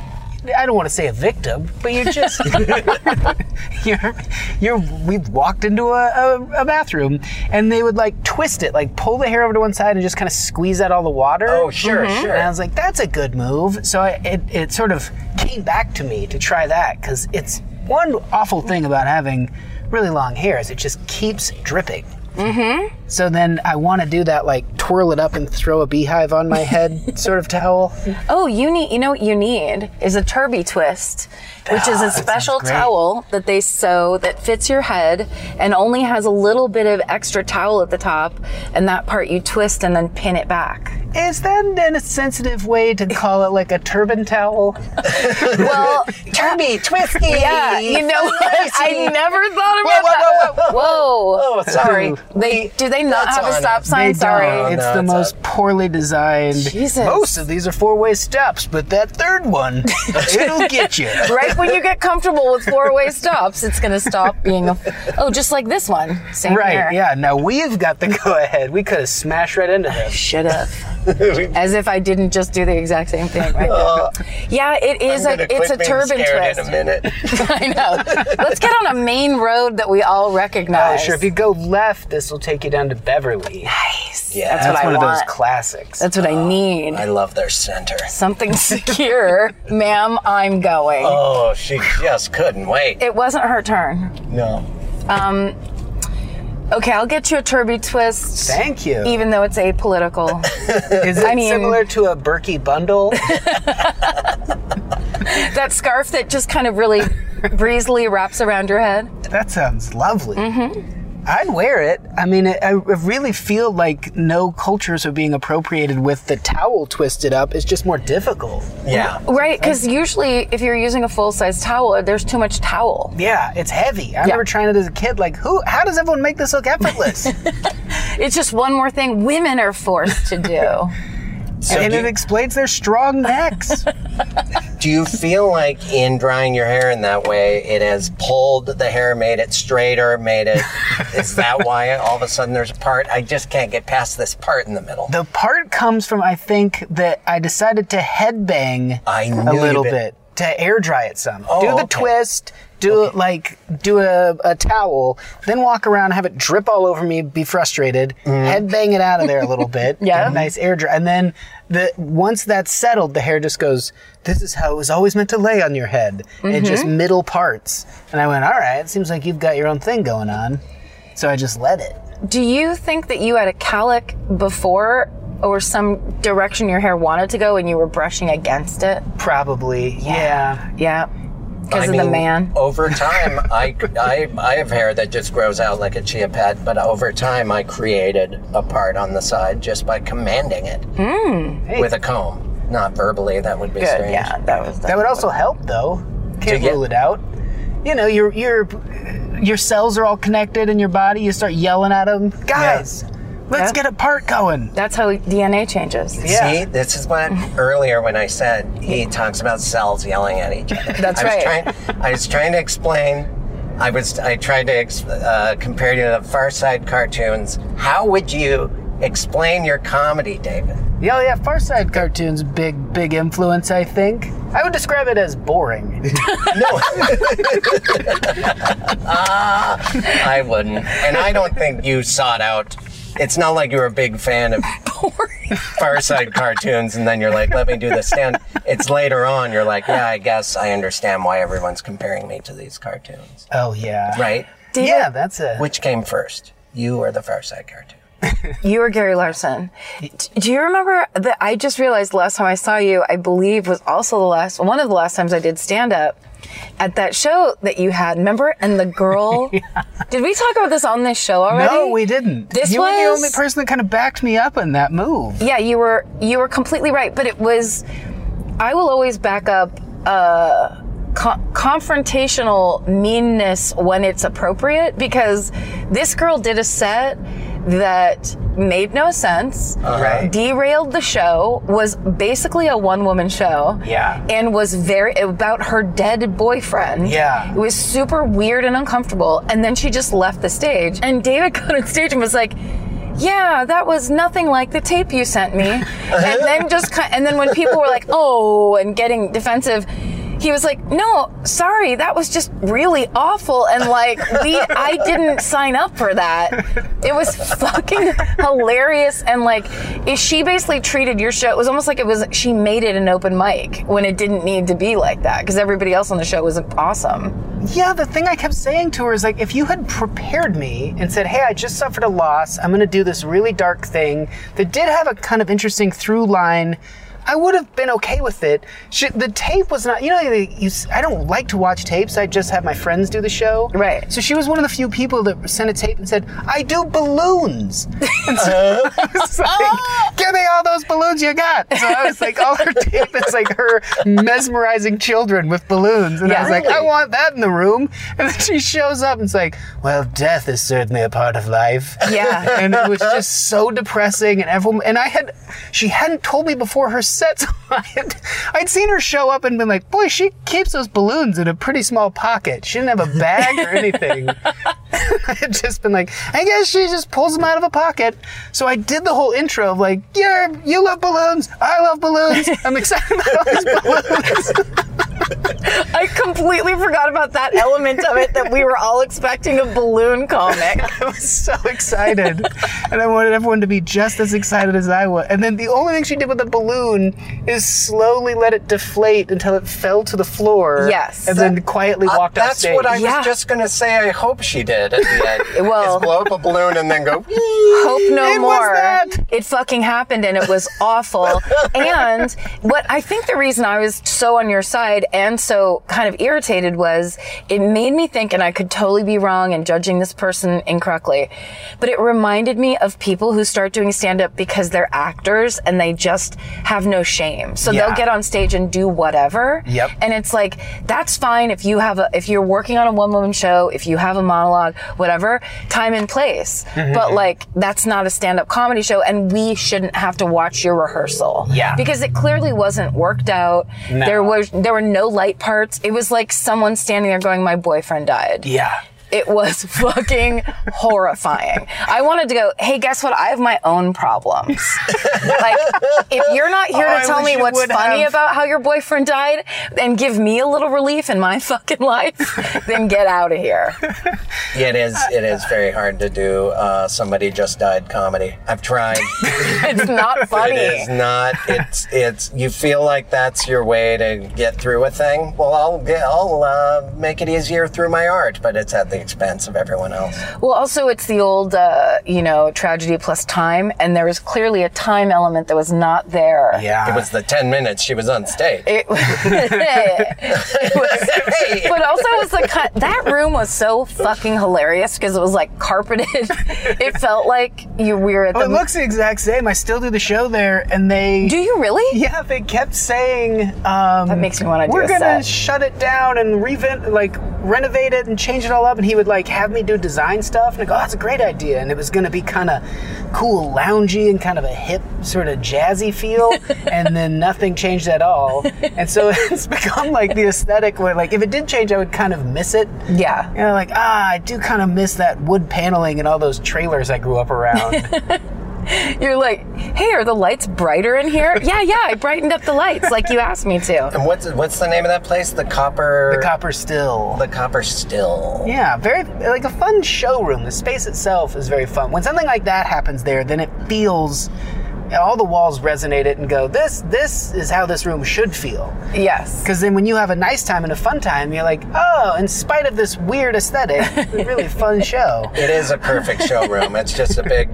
S7: I don't want to say a victim, but you're just, you're, you're. We walked into a, a, a bathroom, and they would like twist it, like pull the hair over to one side and just kind of squeeze out all the water.
S3: Oh, sure,
S6: Mm-hmm.
S3: sure.
S7: And I was like, that's a good move. So I, it, it sort of came back to me to try that because it's one awful thing about having really long hair is it just keeps dripping. Mm-hmm. So then I want to do that, like twirl it up and throw a beehive on my head sort of towel.
S6: Oh, you need. You know what you need is a turby twist, which
S3: Ah,
S6: is a special
S7: great.
S6: towel that they sew that fits your head and only has a little bit of extra towel at the top, and that part you twist and then pin it back.
S7: Is that then a sensitive way to call it like a turban towel?
S6: Well,
S3: Turby, twisty.
S6: yeah, you know what? I never thought
S3: Whoa,
S6: about
S3: whoa,
S6: that.
S3: whoa, whoa, whoa.
S6: Whoa.
S3: Oh, sorry.
S6: They do they not
S3: That's
S6: have a
S3: on
S6: stop
S3: it.
S6: sign?
S7: They don't.
S6: Sorry.
S7: It's
S3: No,
S7: the
S3: it's
S7: most poorly designed.
S6: Jesus.
S7: Most of these are four-way stops, but that third one, it'll get you.
S6: Right when you get comfortable with four-way stops, it's gonna stop being a oh, just like this one. Same
S7: Right,
S6: here.
S7: yeah. Now we've got the go ahead. We could have smashed right into this.
S6: Should have. As if I didn't just do the exact same thing. Right there. Yeah, it is
S3: I'm
S6: a
S3: gonna
S6: it's
S3: quit
S6: a
S3: being
S6: turban
S3: scared
S6: twist.
S3: In a minute.
S6: I know. Let's get on a main road that we all recognize.
S7: Oh, Sure, if you go left, this will take you down to Beverly.
S3: Yeah,
S6: That's
S7: That's
S6: what I
S7: one of those
S6: want.
S7: classics.
S6: That's what I need.
S3: I love their center.
S6: Something secure, ma'am. I'm going.
S3: Oh, she just couldn't wait.
S6: It wasn't her turn.
S3: No.
S6: Okay, I'll get you a turby twist.
S7: Thank you.
S6: Even though it's apolitical.
S7: Is it
S6: mean-
S7: similar to a Berkey bundle?
S6: that scarf that just kind of really breezily wraps around your head.
S7: that sounds lovely. I'd wear it. I mean, it, I I really feel like no cultures are being appropriated with the towel twisted up. It's just more difficult.
S3: Yeah.
S6: Right, because usually if you're using a full size towel, there's too much towel.
S7: Yeah, it's heavy. I remember trying it as a kid. Like, who? How does everyone make this look effortless?
S6: It's just one more thing women are forced to do.
S3: So
S7: and
S3: do,
S7: it explains their strong necks.
S3: do you feel like in drying your hair in that way, it has pulled the hair, made it straighter, made it? is that why all of a sudden there's a part? I just can't get past this part in the middle.
S7: The part comes from I think that I decided to headbang
S3: I
S7: a
S3: knew
S7: little
S3: that-
S7: bit to air dry it some.
S3: Oh,
S7: do the
S3: okay.
S7: twist, do it like do a, a towel, then walk around, have it drip all over me, be frustrated,
S3: Mm.
S7: headbang it out of there a little bit,
S6: Yeah.
S7: get a nice air dry, and then the once that's settled, the hair just goes. This is how it was always meant to lay on your head,
S3: Mm-hmm.
S7: and just middle parts. And I went, all right, it seems like you've got your own thing going on. So I just let it.
S6: Do you think that you had a calic before or some direction your hair wanted to go and you were brushing against it?
S7: Probably, yeah.
S6: Yeah.
S3: I
S6: Because of the
S3: mean,
S6: man.
S3: Over time, I, I, I have hair that just grows out like a chia pet, but over time, I created a part on the side just by commanding it with a comb. Not verbally, that would be strange.
S6: Hmm. Yeah, that was
S7: That would also help, though. Can't
S3: get-
S7: rule it out. You know, your your your cells are all connected in your body. You start yelling at them, guys. Let's get a part going.
S6: That's how DNA changes.
S7: Yeah.
S3: See, this is what earlier when I said he talks about cells yelling at each other.
S6: That's
S3: I was
S6: right.
S3: Trying, I was trying to explain. I was. I tried to ex, uh, compare to the Far Side cartoons. How would you explain your comedy, David?
S7: Yeah, yeah, Far Side cartoons big big influence, I think. I would describe it as boring.
S3: No. I wouldn't, and I don't think you sought out. It's not like you're a big fan of Far Side cartoons, and then you're like, "Let me do this." Stand. It's later on you're like, "Yeah, I guess I understand why everyone's comparing me to these cartoons."
S7: oh yeah.
S3: Right?
S7: Yeah, that's it.
S3: Which came first, you or the Far Side cartoon?
S6: You were Gary Larson. D- Do you remember that I just realized last time I saw you, I believe was also the last one of the last times I did stand up at that show that you had, remember? And the girl Did we talk about this on this show already?
S7: no, we didn't.
S6: This
S7: you were the
S6: was-
S7: only person that kind of backed me up on that move.
S6: Yeah, you were you were completely right, but it was I will always back up uh co- confrontational meanness when it's appropriate because this girl did a set that made no sense.
S7: Uh-huh. Right.
S6: derailed the show was basically a one-woman show
S7: Yeah.
S6: and was very about her dead boyfriend
S7: Yeah.
S6: it was super weird and uncomfortable and then she just left the stage and david got on stage and was like yeah, that was nothing like the tape you sent me. and then just ki- and then when people were like, "Oh," and getting defensive, he was like, "No, sorry, that was just really awful and like we I didn't sign up for that." It was fucking hilarious and like is she basically treated your show it was almost like it was she made it an open mic when it didn't need to be like that because everybody else on the show was awesome.
S7: Yeah, the thing I kept saying to her is like, if you had prepared me and said, hey, I just suffered a loss, I'm going to do this really dark thing that did have a kind of interesting through line, I would have been okay with it. She, the tape was not, you know, you, you, I don't like to watch tapes. I just have my friends do the show.
S6: Right.
S7: So she was one of the few people that sent a tape and said, I do balloons. And so I was like, give me all those balloons you got. So I was like, all her tape is like her mesmerizing children with balloons. And I
S6: Yeah.
S7: was like, I want that in the room. And then she shows up and it's like, well, death is certainly a part of life.
S6: Yeah.
S7: and it was just so depressing. And everyone, and I had, she hadn't told me before her set. So I had, I'd seen her show up and been like, boy, she keeps those balloons in a pretty small pocket. She didn't have a bag or anything. I had just been like, I guess she just pulls them out of a pocket. So I did the whole intro of like, yeah, you love balloons. I love balloons. I'm excited about all these balloons.
S6: I completely forgot about that element of it that we were all expecting a balloon comic.
S7: I was so excited. and I wanted everyone to be just as excited as I was. And then the only thing she did with the balloon is slowly let it deflate until it fell to the floor.
S6: Yes.
S7: And then quietly walked off
S3: Uh, That's
S7: stage.
S3: what I
S6: Yeah.
S3: was just gonna say. I hope she did at the end.
S6: Well-
S3: is blow up a balloon and then go.
S6: Hope no
S7: It was
S6: more.
S7: that.
S6: It fucking happened and it was awful. and what I think the reason I was so on your side and so kind of irritated was it made me think, and I could totally be wrong and judging this person incorrectly, but it reminded me of people who start doing stand up because they're actors and they just have no shame. So
S7: Yeah.
S6: they'll get on stage and do whatever.
S7: Yep.
S6: And it's like, that's fine if you have a, if you're working on a one woman show, if you have a monologue, whatever, time and place.
S7: Mm-hmm.
S6: But like, that's not a stand up comedy show and we shouldn't have to watch your rehearsal.
S7: Yeah.
S6: Because it clearly wasn't worked out. There was, there were no light parts. It was like someone standing there going, my boyfriend died.
S7: yeah.
S6: It was fucking horrifying. I wanted to go, hey, guess what? I have my own problems. like, if you're not here
S7: Oh, I
S6: to tell
S7: wish
S6: me
S7: you
S6: what's
S7: would
S6: funny
S7: have.
S6: about how your boyfriend died and give me a little relief in my fucking life, then get out of here.
S3: It is. It is very hard to do. Uh, somebody just died. Comedy. I've tried.
S6: It's not
S7: Oh,
S6: funny.
S3: It is not. It's it's. You feel like that's your way to get through a thing. Well, I'll get. I'll uh, make it easier through my art, but it's at the expense of everyone else.
S6: Well, also, it's the old, uh, you know, tragedy plus time, and there was clearly a time element that was not there.
S7: Yeah.
S3: It was the ten minutes she was on stage.
S6: It, it was
S3: Hey,
S6: but also it was like kind- that room was so fucking hilarious because it was like carpeted. It felt like you were at
S7: Oh, it
S6: the.
S7: looks the exact same. I still do the show there, and they.
S6: Do you really?
S7: yeah, they kept saying um,
S6: That makes me want to do
S7: we're
S6: a
S7: gonna
S6: set.
S7: shut it down and revent, like renovate it and change it all up. And he would like have me do design stuff. And I go, oh, that's a great idea. And it was going to be kind of cool, loungy, and kind of a hip, sort of jazzy feel. and then nothing changed at all. And so it's become like the aesthetic where, like, if it did change, I would kind of miss it.
S6: Yeah.
S7: You know, like, ah, I do kind of miss that wood paneling and all those trailers I grew up around.
S6: You're like, hey, are the lights brighter in here? yeah, yeah, I brightened up the lights like you asked me to.
S3: And what's what's the name of that place? The Copper.
S7: the copper still.
S3: The Copper Still.
S7: Yeah, very like a fun showroom. The space itself is very fun. When something like that happens there, then it feels all the walls resonate it and go, this this is how this room should feel.
S6: Yes.
S7: Because then when you have a nice time and a fun time, you're like, oh, in spite of this weird aesthetic, it's a really fun show.
S3: It is a perfect showroom. It's just a big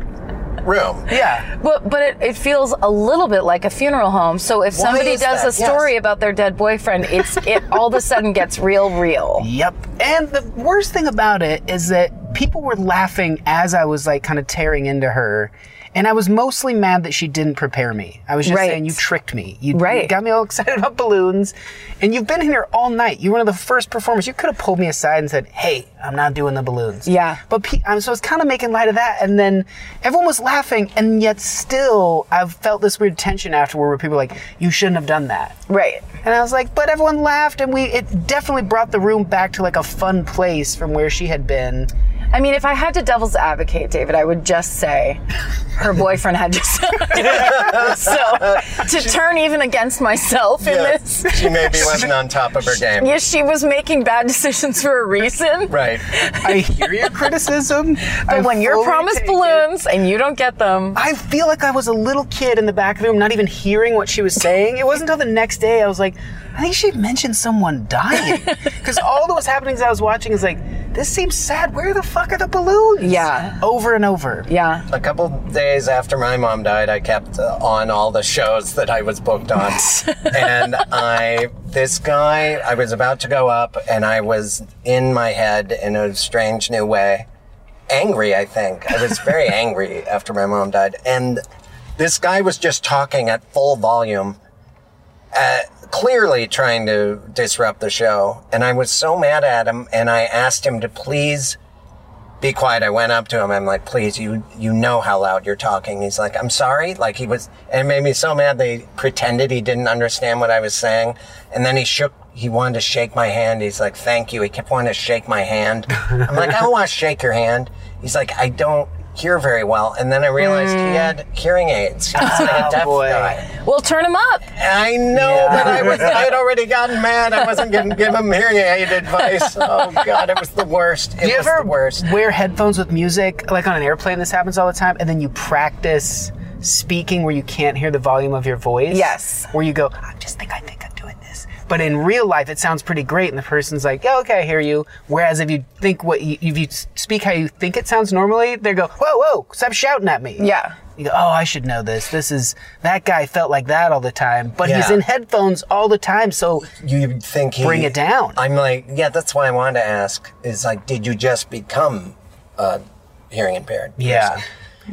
S3: room.
S7: Yeah.
S6: But, but it, it feels a little bit like a funeral home. So if somebody
S3: is
S6: does
S3: that?
S6: a story
S3: Yes.
S6: about their dead boyfriend, it's it all of a sudden gets real, real.
S7: Yep. And the worst thing about it is that people were laughing as I was like kind of tearing into her. And I was mostly mad that she didn't prepare me. I was just
S6: Right.
S7: saying, you tricked me. You, you
S6: Right.
S7: got me all excited about balloons. And you've been here all night. You're one of the first performers. You could have pulled me aside and said, hey, I'm not doing the balloons.
S6: Yeah.
S7: But pe- um, so I was kind of making light of that. And then everyone was laughing. And yet still, I've felt this weird tension afterward where people are like, you shouldn't have done that.
S6: Right.
S7: And I was like, but everyone laughed, and we it definitely brought the room back to like a fun place from where she had been.
S6: I mean, if I had to devil's advocate, David, I would just say her boyfriend had just. so to turn even against myself in
S3: Yeah.
S6: this,
S3: She maybe wasn't on top of her game.
S6: yes, she was making bad decisions for a reason.
S3: Right.
S7: I hear your criticism, but
S6: When you're promised balloons and you don't get them,
S7: I feel like I was a little kid in the back of the room, not even hearing what she was saying. It wasn't until the next day I was like, I think she mentioned someone dying. Because all that was happening as I was watching is like, this seems sad. Where the fuck are the balloons?
S6: Yeah.
S7: Over and over.
S6: yeah.
S3: A couple days after my mom died, I kept uh, on all the shows that I was booked on. and I, this guy, I was about to go up and I was in my head in a strange new way. Angry, I think. I was very angry after my mom died. And this guy was just talking at full volume, uh, clearly trying to disrupt the show. And I was so mad at him and I asked him to please be quiet. I went up to him. I'm like, please, you, you know how loud you're talking. He's like, I'm sorry. Like he was, and it made me so mad. They pretended he didn't understand what I was saying. And then he shook, he wanted to shake my hand. He's like, thank you. He kept wanting to shake my hand. I'm like, I don't want to shake your hand. He's like, I don't hear very well. And then I realized he had hearing aids. He was like a deaf
S7: boy.
S3: guy.
S6: Well, turn them up.
S3: I know, but I was I had already gotten mad. I wasn't going to give him hearing aid advice. Oh god, it was the worst. It
S7: Do you
S3: was
S7: ever
S3: the worst.
S7: wear headphones with music, like on an airplane? This happens all the time, and then you practice speaking where you can't hear the volume of your voice.
S6: Yes.
S7: Where you go, I just think I think I'm doing this, but in real life it sounds pretty great, and the person's like, Yeah, okay, I hear you. Whereas if you think what you, if you speak how you think it sounds normally, they go, Whoa, whoa, stop shouting at me.
S6: Yeah.
S7: You go, oh, I should know this. This is that guy felt like that all the time, but he's
S3: Yeah.
S7: in headphones all the time, so
S3: You think he
S7: Bring it down.
S3: I'm like, yeah, that's why I wanted to ask. Is like, did you just become uh, hearing impaired?
S7: yeah.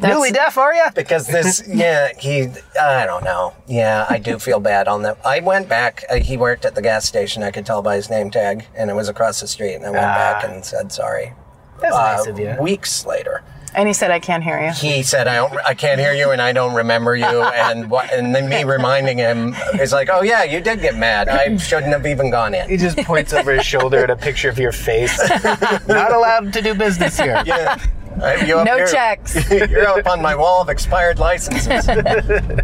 S7: Newly deaf, are you?
S3: Because this, yeah, he, I don't know. Yeah, I do feel bad on that. I went back. Uh, he worked at the gas station. I could tell by his name tag, and it was across the street. And I went back and said sorry.
S7: That's Ah. nice
S3: Uh,
S7: of you.
S3: Weeks later.
S6: And he said, I can't hear you.
S3: he said, I don't, I can't hear you, and I don't remember you, and what, and then me reminding him is like, oh yeah, you did get mad. I shouldn't have even gone
S7: He
S3: in.
S7: just points over his shoulder at a picture of your face. Not allowed to do business here.
S3: Yeah. I have you up
S6: No
S3: here-
S6: checks.
S3: You're up on my wall of expired licenses.
S7: That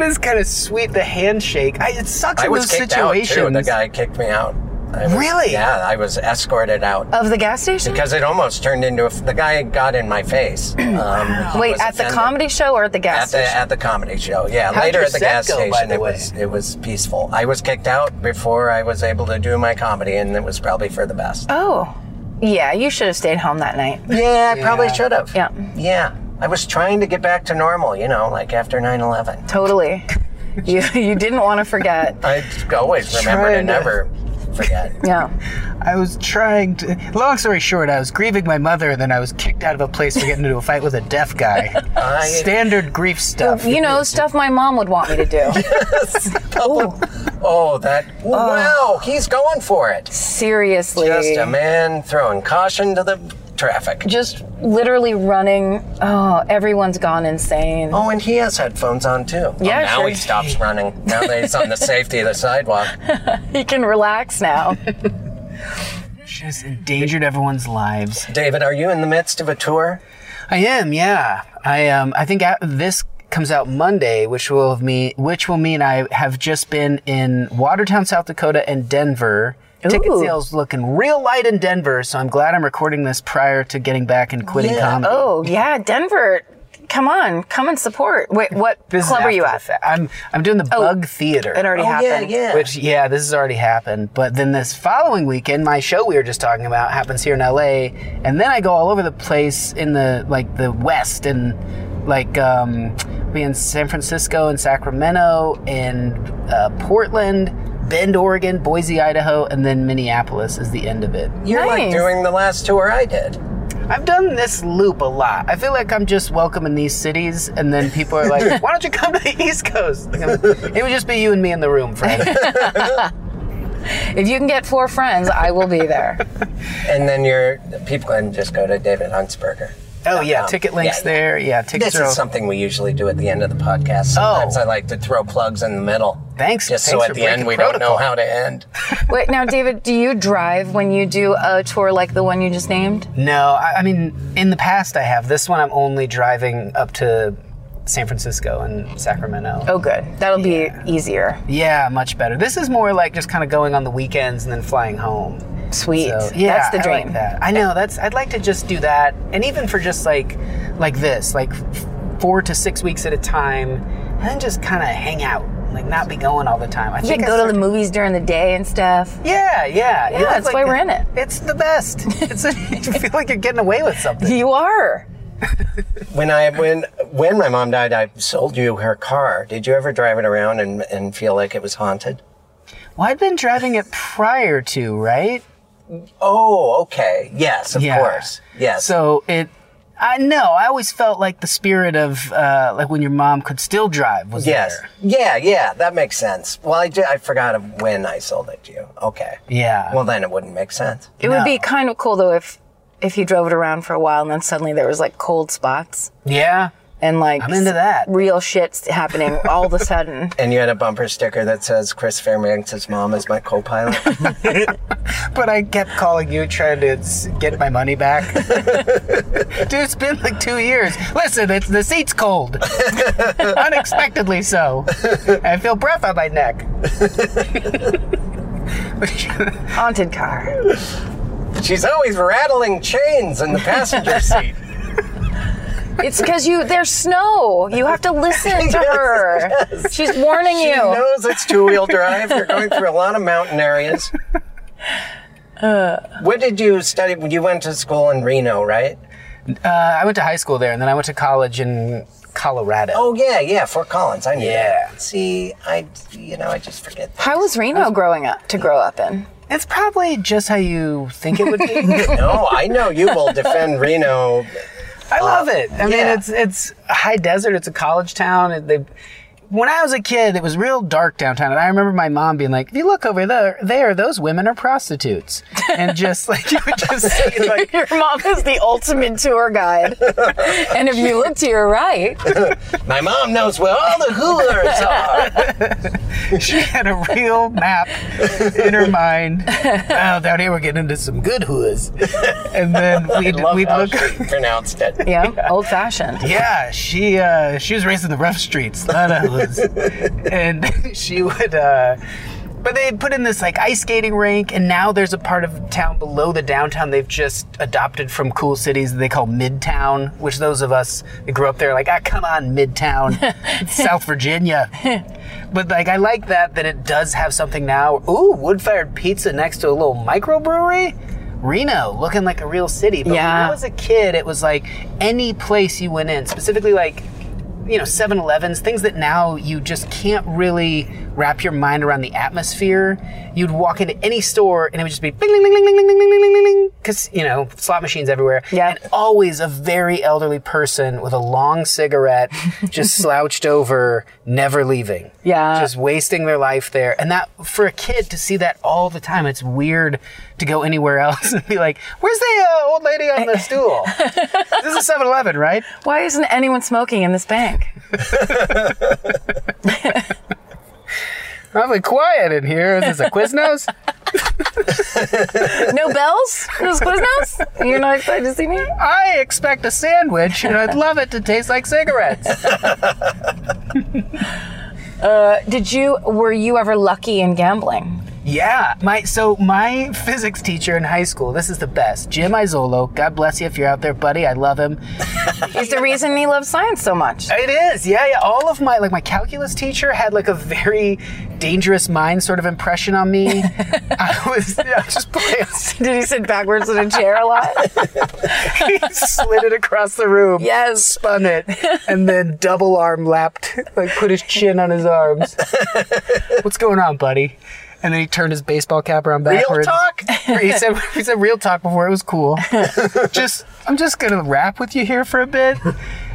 S7: is kind of sweet. The handshake. I, it sucks
S3: I
S7: in
S3: was
S7: those
S3: kicked
S7: situations.
S3: out too. The guy kicked me out. I was-
S7: Really? Uh,
S3: Yeah, I was escorted out
S6: Of the gas station?
S3: because it almost turned into a f the guy got in my face. Um, he
S6: Wait,
S3: was
S6: at the
S3: offended.
S6: comedy show or at the gas
S3: At the,
S6: station?
S3: at the comedy show, yeah.
S7: How'd
S3: Later
S7: your
S3: at the
S7: set
S3: gas
S7: go, by
S3: station,
S7: the
S3: it
S7: way?
S3: was it was peaceful. I was kicked out before I was able to do my comedy, and it was probably for the best.
S6: Oh. Yeah, you should have stayed home that night.
S3: yeah, I probably should have.
S6: Yeah.
S3: Yeah. I was trying to get back to normal, you know, like after 9-11.
S6: Totally. you you didn't want to forget.
S3: I always remembered
S7: Trying
S3: and
S7: to-
S3: never forget.
S6: Yeah.
S7: I was trying to. Long story short, I was grieving my mother, and then I was kicked out of a place for getting into a fight with a deaf guy. Standard grief stuff.
S6: You know, stuff my mom would want me to do.
S3: Oh, that. Wow, he's going for it.
S6: Seriously.
S3: Just a man throwing caution to the traffic.
S6: Just literally running. Oh, everyone's gone insane.
S3: Oh, and he has headphones on too.
S6: Yeah,
S3: oh, now
S6: sure.
S3: he stops running. Now that he's on the safety of the sidewalk.
S6: He can relax now.
S7: Just endangered everyone's lives.
S3: David, are you in the midst of a tour?
S7: I am, yeah. I um, I think a this comes out Monday, which will have me, which will mean I have just been in Watertown, South Dakota, and Denver. Ticket
S6: Ooh.
S7: sales looking real light in Denver, so I'm glad I'm recording this prior to getting back and quitting comedy.
S6: Oh, yeah, Denver. Come on, come and support. Wait, what
S7: This is
S6: club are you
S7: after
S6: at?
S7: the fa- I'm I'm doing the Bug Theater.
S6: It already happened.
S7: Which yeah, this has already happened. But then this following weekend, my show we were just talking about happens here in LA, and then I go all over the place in the like the West and like um, be in San Francisco and Sacramento and uh, Portland, Bend, Oregon, Boise, Idaho, and then Minneapolis is the end of it.
S3: You're like
S6: Nice.
S3: doing the last tour I did.
S7: I've done this loop a lot. I feel like I'm just welcome in these cities, and then people are like, "Why don't you come to the East Coast?" Like, I'm- it would just be you and me in the room, Fred.
S6: If you can get four friends, I will be there.
S3: And then your people can just go to David Huntsberger.
S7: Oh yeah,
S3: Um,
S7: ticket
S3: yeah,
S7: links
S3: yeah.
S7: there. Yeah, tickets
S3: This
S7: are.
S3: is something we usually do at the end of the podcast. Sometimes
S7: Oh.
S3: I like to throw plugs in the middle.
S7: Thanks-
S3: Just
S7: thanks
S3: so
S7: for
S3: at the end
S7: breaking
S3: we don't know
S7: protocol.
S3: how to end.
S6: Wait, now, David, do you drive when you do a tour like the one you just named?
S7: no, I, I mean, in the past I have. This one I'm only driving up to San Francisco and Sacramento.
S6: Oh, good. That'll be easier.
S7: Yeah, much better. This is more like just kind of going on the weekends and then flying home.
S6: Sweet.
S7: So, yeah,
S6: That's the
S7: I like
S6: dream.
S7: that. I know. That's. I'd like to just do that, and even for just like, like this, like f- four to six weeks at a time, and then just kind of hang out, like not be going all the time. I
S6: You
S7: think
S6: can
S7: I
S6: go
S7: sort
S6: to the movies during the day and stuff.
S7: Yeah, yeah. Yeah,
S6: that's why we're in it.
S7: It's the best. It's a, you feel like you're getting away with something.
S6: You are.
S3: When I when when my mom died, I sold you her car. Did you ever drive it around and, and feel like it was haunted?
S7: Well, I'd been driving it prior to, right?
S3: Oh, okay. Yes, of course. Yes.
S7: So it, I know, I always felt like the spirit of, uh, like when your mom could still drive was
S3: yes.
S7: there.
S3: Yeah, yeah, that makes sense. Well, I, ju- I forgot when I sold it to you. Okay.
S7: Yeah.
S3: Well, then it wouldn't make sense.
S6: It would be kind of cool though if if you drove it around for a while and then suddenly there was like cold spots
S7: yeah.
S6: and like
S7: I'm into that.
S6: real shit's happening all of a sudden.
S3: And you had a bumper sticker that says Chris Fairbanks' mom is my co-pilot.
S7: But I kept calling you trying to s- get my money back. Dude, it's been like two years. Listen, it's the seat's cold. Unexpectedly so. I feel breath on my neck.
S6: Haunted car.
S3: She's always rattling chains in the passenger seat.
S6: It's because you there's snow. You have to listen to her. She's warning
S3: She
S6: you.
S3: knows it's two-wheel drive. You're going through a lot of mountain areas.
S7: Uh.
S3: what did you study? You went to school in Reno, right?
S7: I went to high school there, and then I went to college in Colorado.
S3: Oh yeah, yeah, Fort Collins. I knew
S7: Yeah.
S3: that. See, I, you know, I just forget. That.
S6: How was Reno growing up to grow up in?
S7: It's probably just how you think it would be.
S3: No, I know you will defend Reno.
S7: I love it. I mean,
S3: Uh, yeah.
S7: it's it's high desert. It's a college town. and They, when I was a kid, it was real dark downtown, and I remember my mom being like, "If you look over there, there, those women are prostitutes," and just like you would just see like.
S6: Your mom is the ultimate tour guide. and if you look to your right,
S3: My mom knows where all the hoolers are.
S7: She had a real map in her mind. Oh, down here we're getting into some good hoods. And then we'd,
S3: Love
S7: we'd
S3: how
S7: look.
S3: she pronounced it.
S6: yeah, old fashioned.
S7: Yeah, she uh, she was raised in the rough streets, not us. and she would. Uh, but they had put in this like ice skating rink, and now there's a part of town below the downtown they've just adopted from cool cities that they call Midtown, which those of us that grew up there are like, ah, come on, Midtown, It's South Virginia. but like, I like that that it does have something now. Ooh, wood-fired pizza next to a little microbrewery. Reno, looking like a real city. But
S6: Yeah.
S7: When I was a kid, it was like any place you went in, specifically like you know 7-Elevens, things that now you just can't really wrap your mind around the atmosphere. You'd walk into any store and it would just be bing, bing, bing, bing, bing, bing, bing, bing, bing, bing, bing, because you know slot machines everywhere.
S6: Yeah.
S7: And always a very elderly person with a long cigarette, just slouched over, never leaving.
S6: Yeah.
S7: Just wasting their life there. And that for a kid to see that all the time, it's weird to go anywhere else and be like, "Where's the uh, old lady on the stool?" this is 7-Eleven, right?
S6: Why isn't anyone smoking in this bank?
S7: Probably quiet in here. Is this a Quiznos?
S6: No bells? Those Quiznos? You're not excited to see me?
S7: I expect a sandwich, and I'd love it to taste like cigarettes.
S6: Did you? Were you ever lucky in gambling?
S7: Yeah, my so my physics teacher in high school. This is the best, Jim Isolo. God bless you if you're out there, buddy. I love him.
S6: Is the reason he loves science so much?
S7: It is, yeah, yeah. All of my like my calculus teacher had like a very dangerous mind sort of impression on me. I was yeah, just playing.
S6: Did he sit backwards in a chair a lot?
S7: He slid it across the room.
S6: Yes.
S7: spun it, and then double arm lapped, like put his chin on his arms. What's going on, buddy? And then he turned his baseball cap around backwards.
S3: talk?
S7: he said he said real talk before it was cool. just I'm just gonna rap with you here for a bit.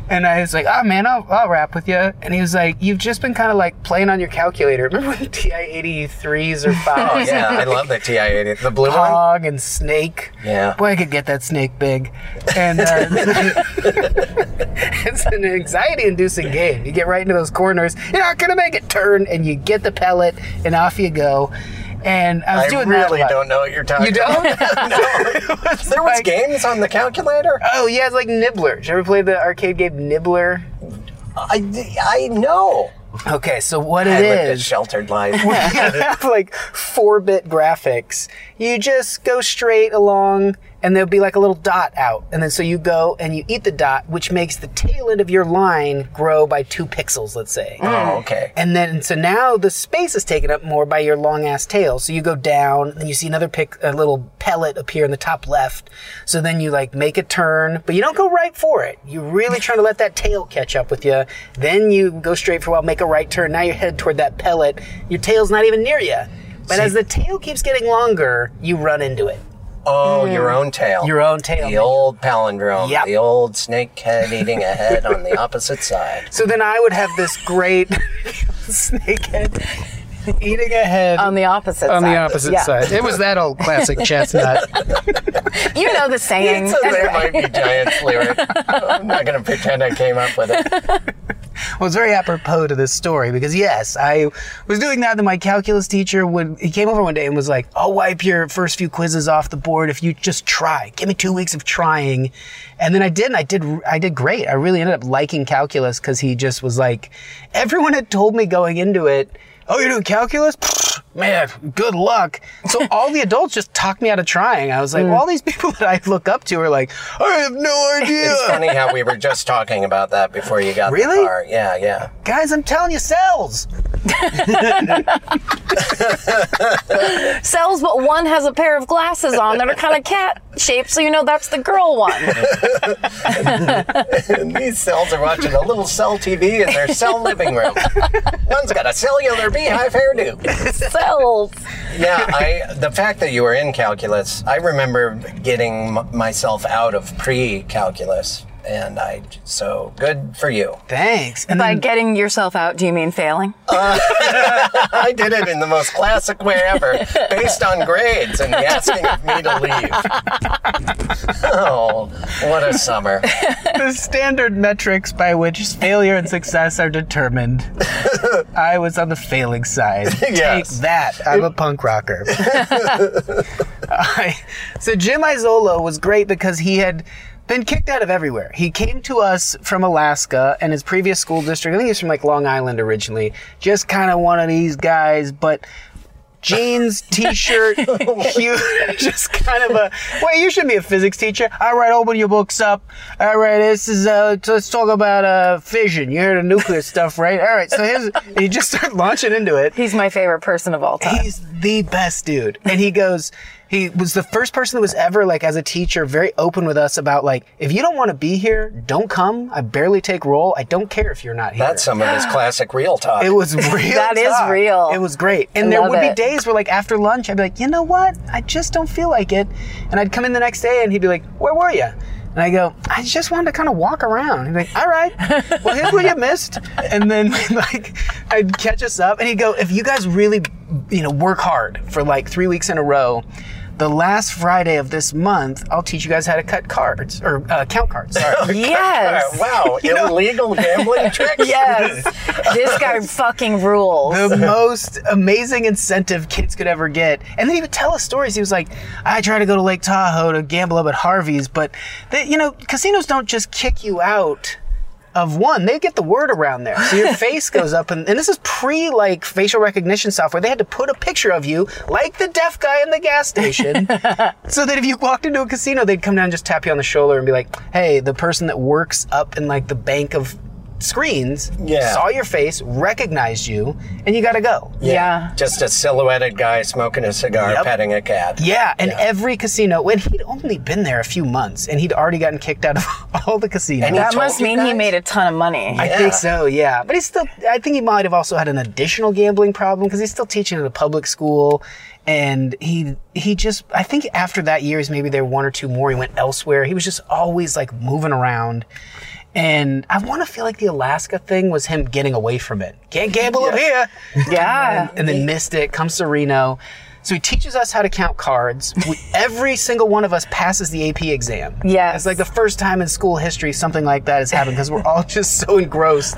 S7: And I was like, oh man, I'll, I'll rap with you. And he was like, you've just been kind of like playing on your calculator. Remember when TI 83s or 5s?
S3: Oh, yeah, I love the TI-80. The blue one?
S7: Hog and snake.
S3: Yeah.
S7: Boy, I could get that snake big. And uh, it's an anxiety inducing game. You get right into those corners, you're not going to make it turn, and you get the pellet, and off you go. And I was
S3: I
S7: doing that. a
S3: really
S7: lot.
S3: don't know what you're talking
S7: You don't?
S3: about. no. there was
S7: like-
S3: games on the calculator?
S7: Oh, yeah, it's like Nibbler. Did you ever play the arcade game Nibbler?
S3: I, I know.
S7: Okay, so what
S3: I
S7: it
S3: lived a
S7: is.
S3: sheltered life.
S7: you have like four bit graphics. You just go straight along and there'll be like a little dot out. And then so you go and you eat the dot, which makes the tail end of your line grow by two pixels, let's say.
S3: oh, okay.
S7: And then, so now the space is taken up more by your long ass tail. So you go down, and you see another pick, a little pellet appear in the top left. So then you like make a turn, but you don't go right for it. You're really trying to let that tail catch up with you. Then you go straight for a while, make a right turn. Now you head toward that pellet. Your tail's not even near you. But as the tail keeps getting longer, you run into it.
S3: Oh, your own tail.
S7: Your own tail.
S3: The old palindrome.
S7: Yep.
S3: The old snake head eating a head on the opposite side.
S7: So then I would have this great snakehead eating a head.
S6: On the opposite
S7: on
S6: side.
S7: the opposite
S6: Yeah.
S7: Um, side. It was that old classic chestnut.
S6: You know the saying.
S3: So there might be giant lyric. I'm not going to pretend I came up with it.
S7: was very apropos to this story because yes, I was doing that. Then my calculus teacher would he came over one day and was like, "I'll wipe your first few quizzes off the board if you just try. Give me two weeks of trying." And then I did, and I did, I did great. I really ended up liking calculus because he just was like, everyone had told me going into it, "Oh, you're doing calculus." Pfft, Man, good luck. So all the adults just talked me out of trying. I was like, well, all these people that I look up to are like, I have no idea.
S3: It's funny how we were just talking about that before you got
S7: Really?
S3: the car. Yeah, yeah.
S7: Guys, I'm telling you, cells.
S6: Cells, but one has a pair of glasses on that are kind of cat shaped, so you know that's the girl one.
S3: And these cells are watching a little cell TV in their cell living room. One's got a cellular beehive hairdo.
S6: Cells.
S3: Yeah, I the fact that you were in calculus, I remember getting m- myself out of pre-calculus, and I so good for you.
S7: Thanks. And
S6: By getting yourself out, do you mean failing?
S3: I did it in the most classic way ever, based on grades and the asking of me to leave. Oh, what a summer!
S7: the standard metrics by which failure and success are determined. I was on the failing side.
S3: Yes.
S7: Take that. I'm a punk rocker. I- so Jim Isola was great because he had been kicked out of everywhere. He came to us from Alaska and his previous school district. I think he's from like Long Island originally. Just kind of one of these guys, but jeans, t-shirt, huge, just kind of a. Wait, you should be a physics teacher. All right, open your books up. All right, this is uh, t- let's talk about uh, fission. You heard of nuclear stuff, right? All right, so here's he just started launching into it.
S6: He's my favorite person of all time.
S7: He's the best dude, and he goes. He was the first person that was ever like as a teacher very open with us about like if you don't want to be here, don't come. I barely take role. I don't care if you're not here.
S3: That's some of his classic real talk.
S7: It was real.
S6: That is
S7: talk.
S6: real.
S7: It was great. And there
S6: love
S7: would
S6: it.
S7: be days where, like, after lunch, I'd be like, you know what? I just don't feel like it. And I'd come in the next day and he'd be like, where were you? And I go, I just wanted to kind of walk around. He'd be like, all right, well, here's what you missed. And then, like, I'd catch us up and he'd go, if you guys really, you know, work hard for like three weeks in a row, the last Friday of this month, I'll teach you guys how to cut cards or uh, count cards. Sorry.
S6: Yes.
S3: wow, illegal gambling tricks.
S6: Yes. this guy fucking rules.
S7: the most amazing incentive kids could ever get. And then he would tell us stories. He was like, I try to go to Lake Tahoe to gamble up at Harvey's, but they, you know, casinos don't just kick you out of one. They get the word around there. So your face goes up and, and this is pre like facial recognition software. They had to put a picture of you like the deaf guy in the gas station so that if you walked into a casino, they'd come down and just tap you on the shoulder and be like, Hey, the person that works up in like the bank of screens
S3: Yeah.
S7: saw your face, recognized you, and you got to go.
S6: yeah.
S3: Just a silhouetted guy smoking a cigar,
S7: Yep.
S3: petting a cat.
S7: Yeah, and every casino, when he'd only been there a few months and he'd already gotten kicked out of all the casinos.
S3: And he
S6: That
S3: told
S6: must
S3: you
S6: mean he
S3: guys?
S6: made a ton of money.
S7: I think so, yeah. But he still, I think he might have also had an additional gambling problem because he's still teaching at a public school. And he, he just, I think after that year is maybe there were one or two more. He went elsewhere. He was just always like moving around. And I want to feel like the Alaska thing was him getting away from it. Can't gamble up here.
S6: yeah.
S7: and then missed it, comes to Reno. So he teaches us how to count cards. We, every single one of us passes the AP exam.
S6: Yes.
S7: It's like the first time in school history something like that has happened because we're all just so engrossed.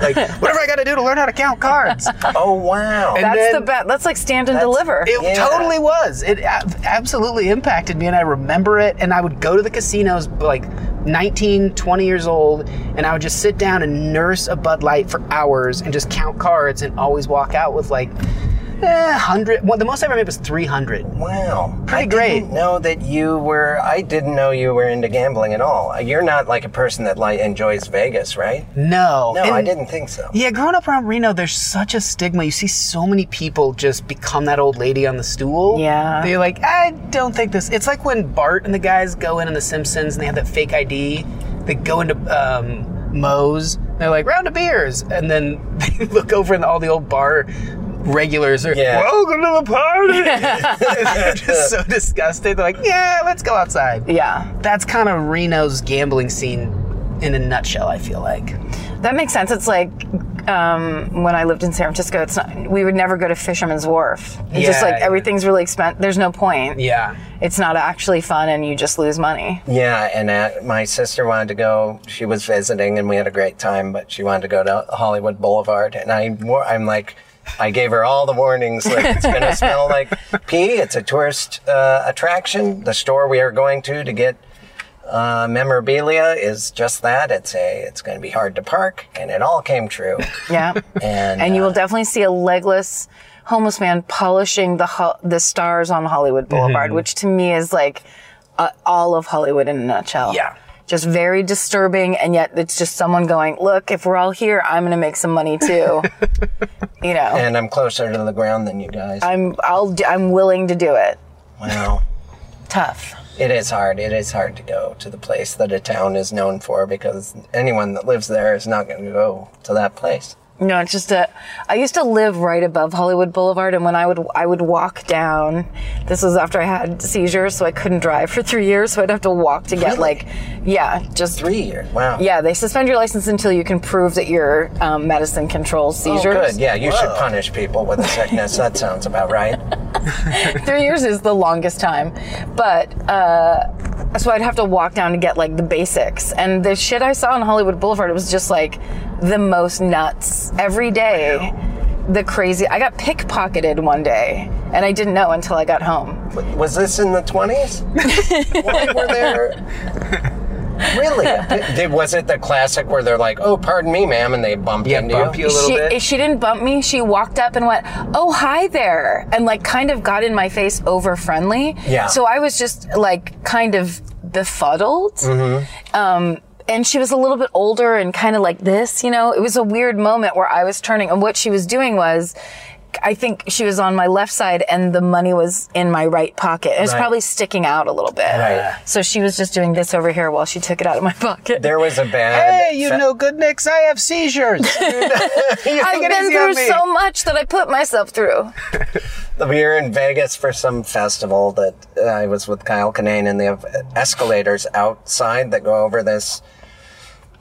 S7: Like, whatever I got to do to learn how to count cards.
S3: Oh wow.
S7: And
S6: That's the
S7: then-
S6: best. That's like stand and deliver.
S7: It
S3: Yeah.
S7: totally was. It ab- absolutely impacted me, and I remember it. And I would go to the casinos, like 19, 20 years old, and I would just sit down and nurse a Bud Light for hours and just count cards and always walk out with like eh, 100. Well, the most I ever made was 300.
S3: Wow.
S7: Pretty
S3: I
S7: great.
S3: Didn't know that you were I didn't know you were into gambling at all. You're not like a person that like enjoys Vegas, right?
S7: No.
S3: No,
S7: And-
S3: I didn't think so.
S7: Yeah, growing up around Reno, there's such a stigma. You see so many people just become that old lady on the stool.
S6: Yeah.
S7: They're like, I don't think this. It's like when Bart and the guys go in on The Simpsons and they have that fake ID. They go into um, Moe's. They're like, round of beers. And then they look over and all the old bar regulars are,
S3: Yeah.
S7: welcome to the party. they're just so disgusted. They're like, yeah, let's go outside.
S6: yeah.
S7: That's kind of Reno's gambling scene in a nutshell, I feel like.
S6: That makes sense. It's like um, when I lived in San Francisco, it's not, we would never go to Fisherman's Wharf. It's just
S7: Yeah,
S6: like
S7: yeah.
S6: everything's really expensive. There's no point.
S7: Yeah.
S6: It's not actually fun and you just lose money.
S3: Yeah, and uh, my sister wanted to go. She was visiting, and we had a great time. But she wanted to go to Hollywood Boulevard, and I, war- I'm like, I gave her all the warnings. Like it's going to smell like pee. It's a tourist uh, attraction. The store we are going to to get uh, memorabilia is just that. It's a. It's going to be hard to park, and it all came true.
S6: Yeah.
S3: And,
S6: and you
S3: uh,
S6: will definitely see a legless homeless man polishing the ho- the stars on Hollywood
S7: Mm-hmm.
S6: Boulevard, which to me is like uh, all of Hollywood in a nutshell.
S7: Yeah.
S6: Just very disturbing, and yet it's just someone going, "Look, if we're all here, I'm going to make some money too." you know,
S3: and I'm closer to the ground than you guys.
S6: I'm I'll do, I'm willing to do it.
S3: wow.
S6: Tough.
S3: It is hard. It is hard to go to the place that a town is known for because anyone that lives there is not going to go to that place.
S6: No, it's just a. I used to live right above Hollywood Boulevard, and when I would I would walk down. This was after I had seizures, so I couldn't drive for three years. So I'd have to walk to
S3: Really?
S6: get like, yeah, just
S3: Three years. Wow.
S6: Yeah, they suspend your license until you can prove that your um, medicine controls seizures.
S3: Oh, Good. Yeah, you should punish people with a sickness. that sounds about right.
S6: Three years is the longest time, but uh, so I'd have to walk down to get like the basics. And the shit I saw on Hollywood Boulevard, it was just like the most nuts every day. The crazy. I got pickpocketed one day, and I didn't know until I got home.
S3: Was this in the 20s? Why were there. Really? A pi- Did, was it the classic where they're like, oh, pardon me, ma'am, and they bump into
S7: bump you a little
S6: she,
S7: bit.
S6: she didn't bump me. She walked up and went, "Oh, hi there," and like kind of got in my face over friendly.
S3: Yeah.
S6: So I was just like kind of befuddled. Um, and she was a little bit older and kind of like this, you know. It was a weird moment where I was turning, and what she was doing was. I think she was on my left side and the money was in my right pocket. It was
S3: Right.
S6: probably sticking out a little bit.
S3: Right.
S6: So she was just doing this over here while she took it out of my pocket.
S3: There was a bad.
S7: Hey, you
S3: fe-
S7: know good Nicks, I have seizures.
S6: I've
S7: I've
S6: been through so much that I put myself through.
S3: we were in Vegas for some festival that uh, I was with Kyle Kinane, and they have escalators outside that go over this.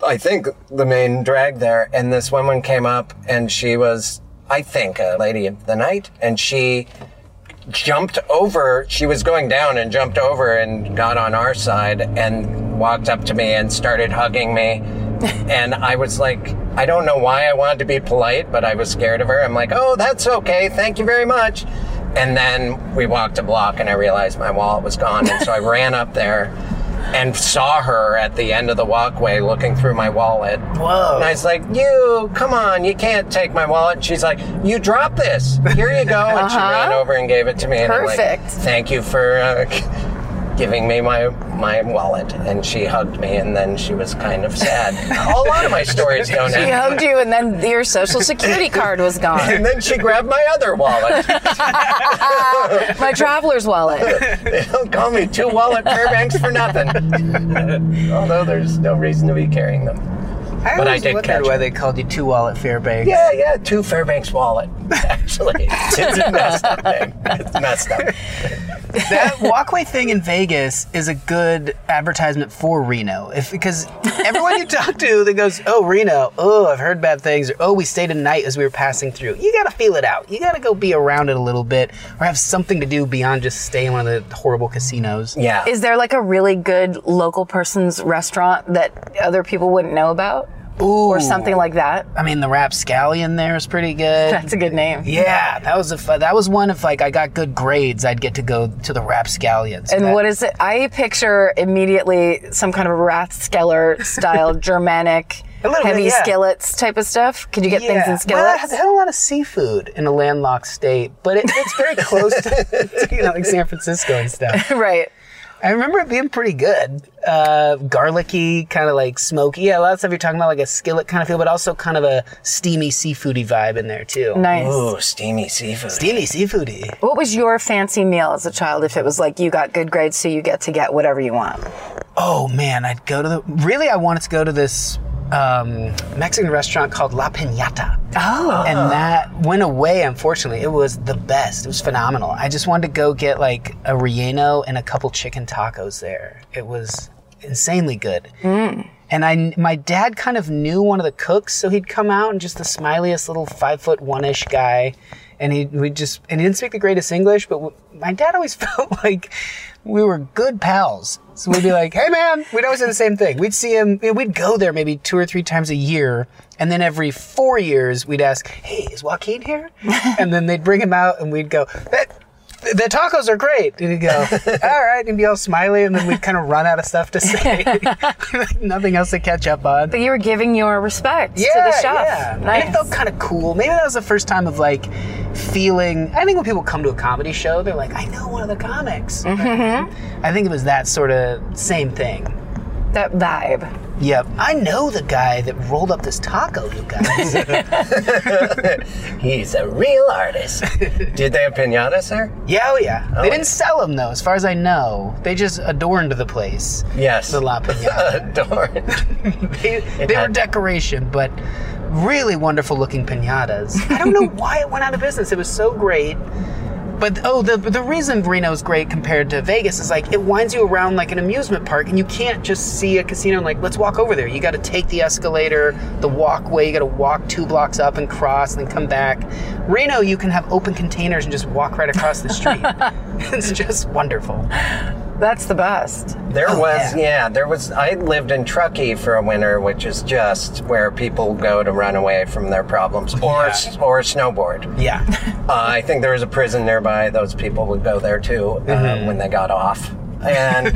S3: I think the main drag there, and this woman came up, and she was, I think, a lady of the night, and she jumped over. She was going down and jumped over and got on our side and walked up to me and started hugging me. and I was like, I don't know why I wanted to be polite, but I was scared of her. I'm like, oh, that's okay. Thank you very much. And then we walked a block and I realized my wallet was gone. And so I ran up there and saw her at the end of the walkway looking through my wallet. Whoa. And I was like, You, come on, you can't take my wallet. And she's like, You drop this. Here you go. And she ran over and gave it to me. And I'm like,
S6: Uh-huh. Perfect.
S3: Thank you for uh, giving me my my wallet. And she hugged me and then she was kind of sad. a lot of my stories don't
S6: He
S3: end.
S6: hugged you and then your social security card was gone.
S3: And then she grabbed my other wallet.
S6: My traveler's wallet.
S3: Don't call me two wallet Fairbanks for nothing. Although there's no reason to be carrying them.
S7: I
S3: But I
S7: always
S3: did catch
S7: wondered why
S3: her.
S7: they called you Two Wallet Fairbanks.
S3: Yeah, yeah, two Fairbanks wallet. Actually, it's a messed up thing. It's messed up.
S7: that walkway thing in Vegas is a good advertisement for Reno, if because everyone you talk to that goes, "Oh Reno, oh I've heard bad things," or "Oh we stayed a night as we were passing through." You gotta feel it out. You gotta go be around it a little bit, or have something to do beyond just stay in one of the horrible casinos.
S3: Yeah.
S6: Is there like a really good local person's restaurant that other people wouldn't know about? Or something like that?
S7: I mean, the Rapscallion there is pretty good.
S6: That's a good name.
S7: yeah, that was a fu- that was one if like I got good grades, I'd get to go to the Rapscallion. So
S6: And
S7: that-
S6: what is it? I picture immediately some kind of Rathskeller style Germanic
S7: little bit,
S6: heavy
S7: yeah.
S6: skillets type of stuff. Could you get things in
S7: Well,
S6: skillets?
S7: I had a lot of seafood in a landlocked state, but it, it's very close to, to, you know, like San Francisco and stuff.
S6: right.
S7: I remember it being pretty good. Uh, garlicky, kind of like smoky. Yeah, a lot of stuff you're talking about, like a skillet kind of feel, but also kind of a steamy seafoody vibe in there, too.
S6: Nice.
S3: Ooh, steamy seafood.
S7: Steamy seafoody.
S6: What was your fancy meal as a child if it was like you got good grades so you get to get whatever you want?
S7: Oh, man, I'd go to the. Really, I wanted to go to this um, Mexican restaurant called La Piñata.
S6: Oh.
S7: and that went away unfortunately it was the best it was phenomenal i just wanted to go get like a relleno and a couple chicken tacos there it was insanely good and i my dad kind of knew one of the cooks so he'd come out and just the smiliest little five foot one ish guy and he we just and he didn't speak the greatest english but w- my dad always felt like we were good pals so we'd be like hey man we'd always say the same thing we'd see him you know, we'd go there maybe two or three times a year and then every four years we'd ask hey is joaquin here and then they'd bring him out and we'd go "That- the tacos are great. And he'd go, all right, and be all smiley, and then we'd kind of run out of stuff to say. Nothing else to catch up on.
S6: But you were giving your respects to the chef.
S7: yeah. And
S6: Nice.
S7: It felt kind of cool. Maybe that was the first time of like feeling. I think when people come to a comedy show, they're like, I know one of the comics.
S6: Mm-hmm.
S7: I think it was that sort of same thing.
S6: that vibe.
S7: Yep. I know the guy that rolled up this taco, you guys.
S3: He's a real artist. Did they have pinatas there?
S7: yeah, oh yeah. They didn't sell them though, as far as I know. They just adorned the place.
S3: Yes.
S7: The La Piñata.
S3: Adorned.
S7: they, they were
S3: had-
S7: decoration, but really wonderful looking pinatas. I don't know why it went out of business. It was so great. But oh, the the reason Reno's great compared to Vegas is like it winds you around like an amusement park, and you can't just see a casino and like let's walk over there. You got to take the escalator, the walkway. You got to walk two blocks up and cross, and then come back. Reno, you can have open containers and just walk right across the street. it's just wonderful.
S6: That's the best.
S3: There was,
S7: yeah.
S3: yeah. there was. I lived in Truckee for a winter, which is just where people go to run away from their problems or, s or snowboard.
S7: Yeah.
S3: Uh, I think there was a prison nearby. Those people would go there too uh, when they got off. And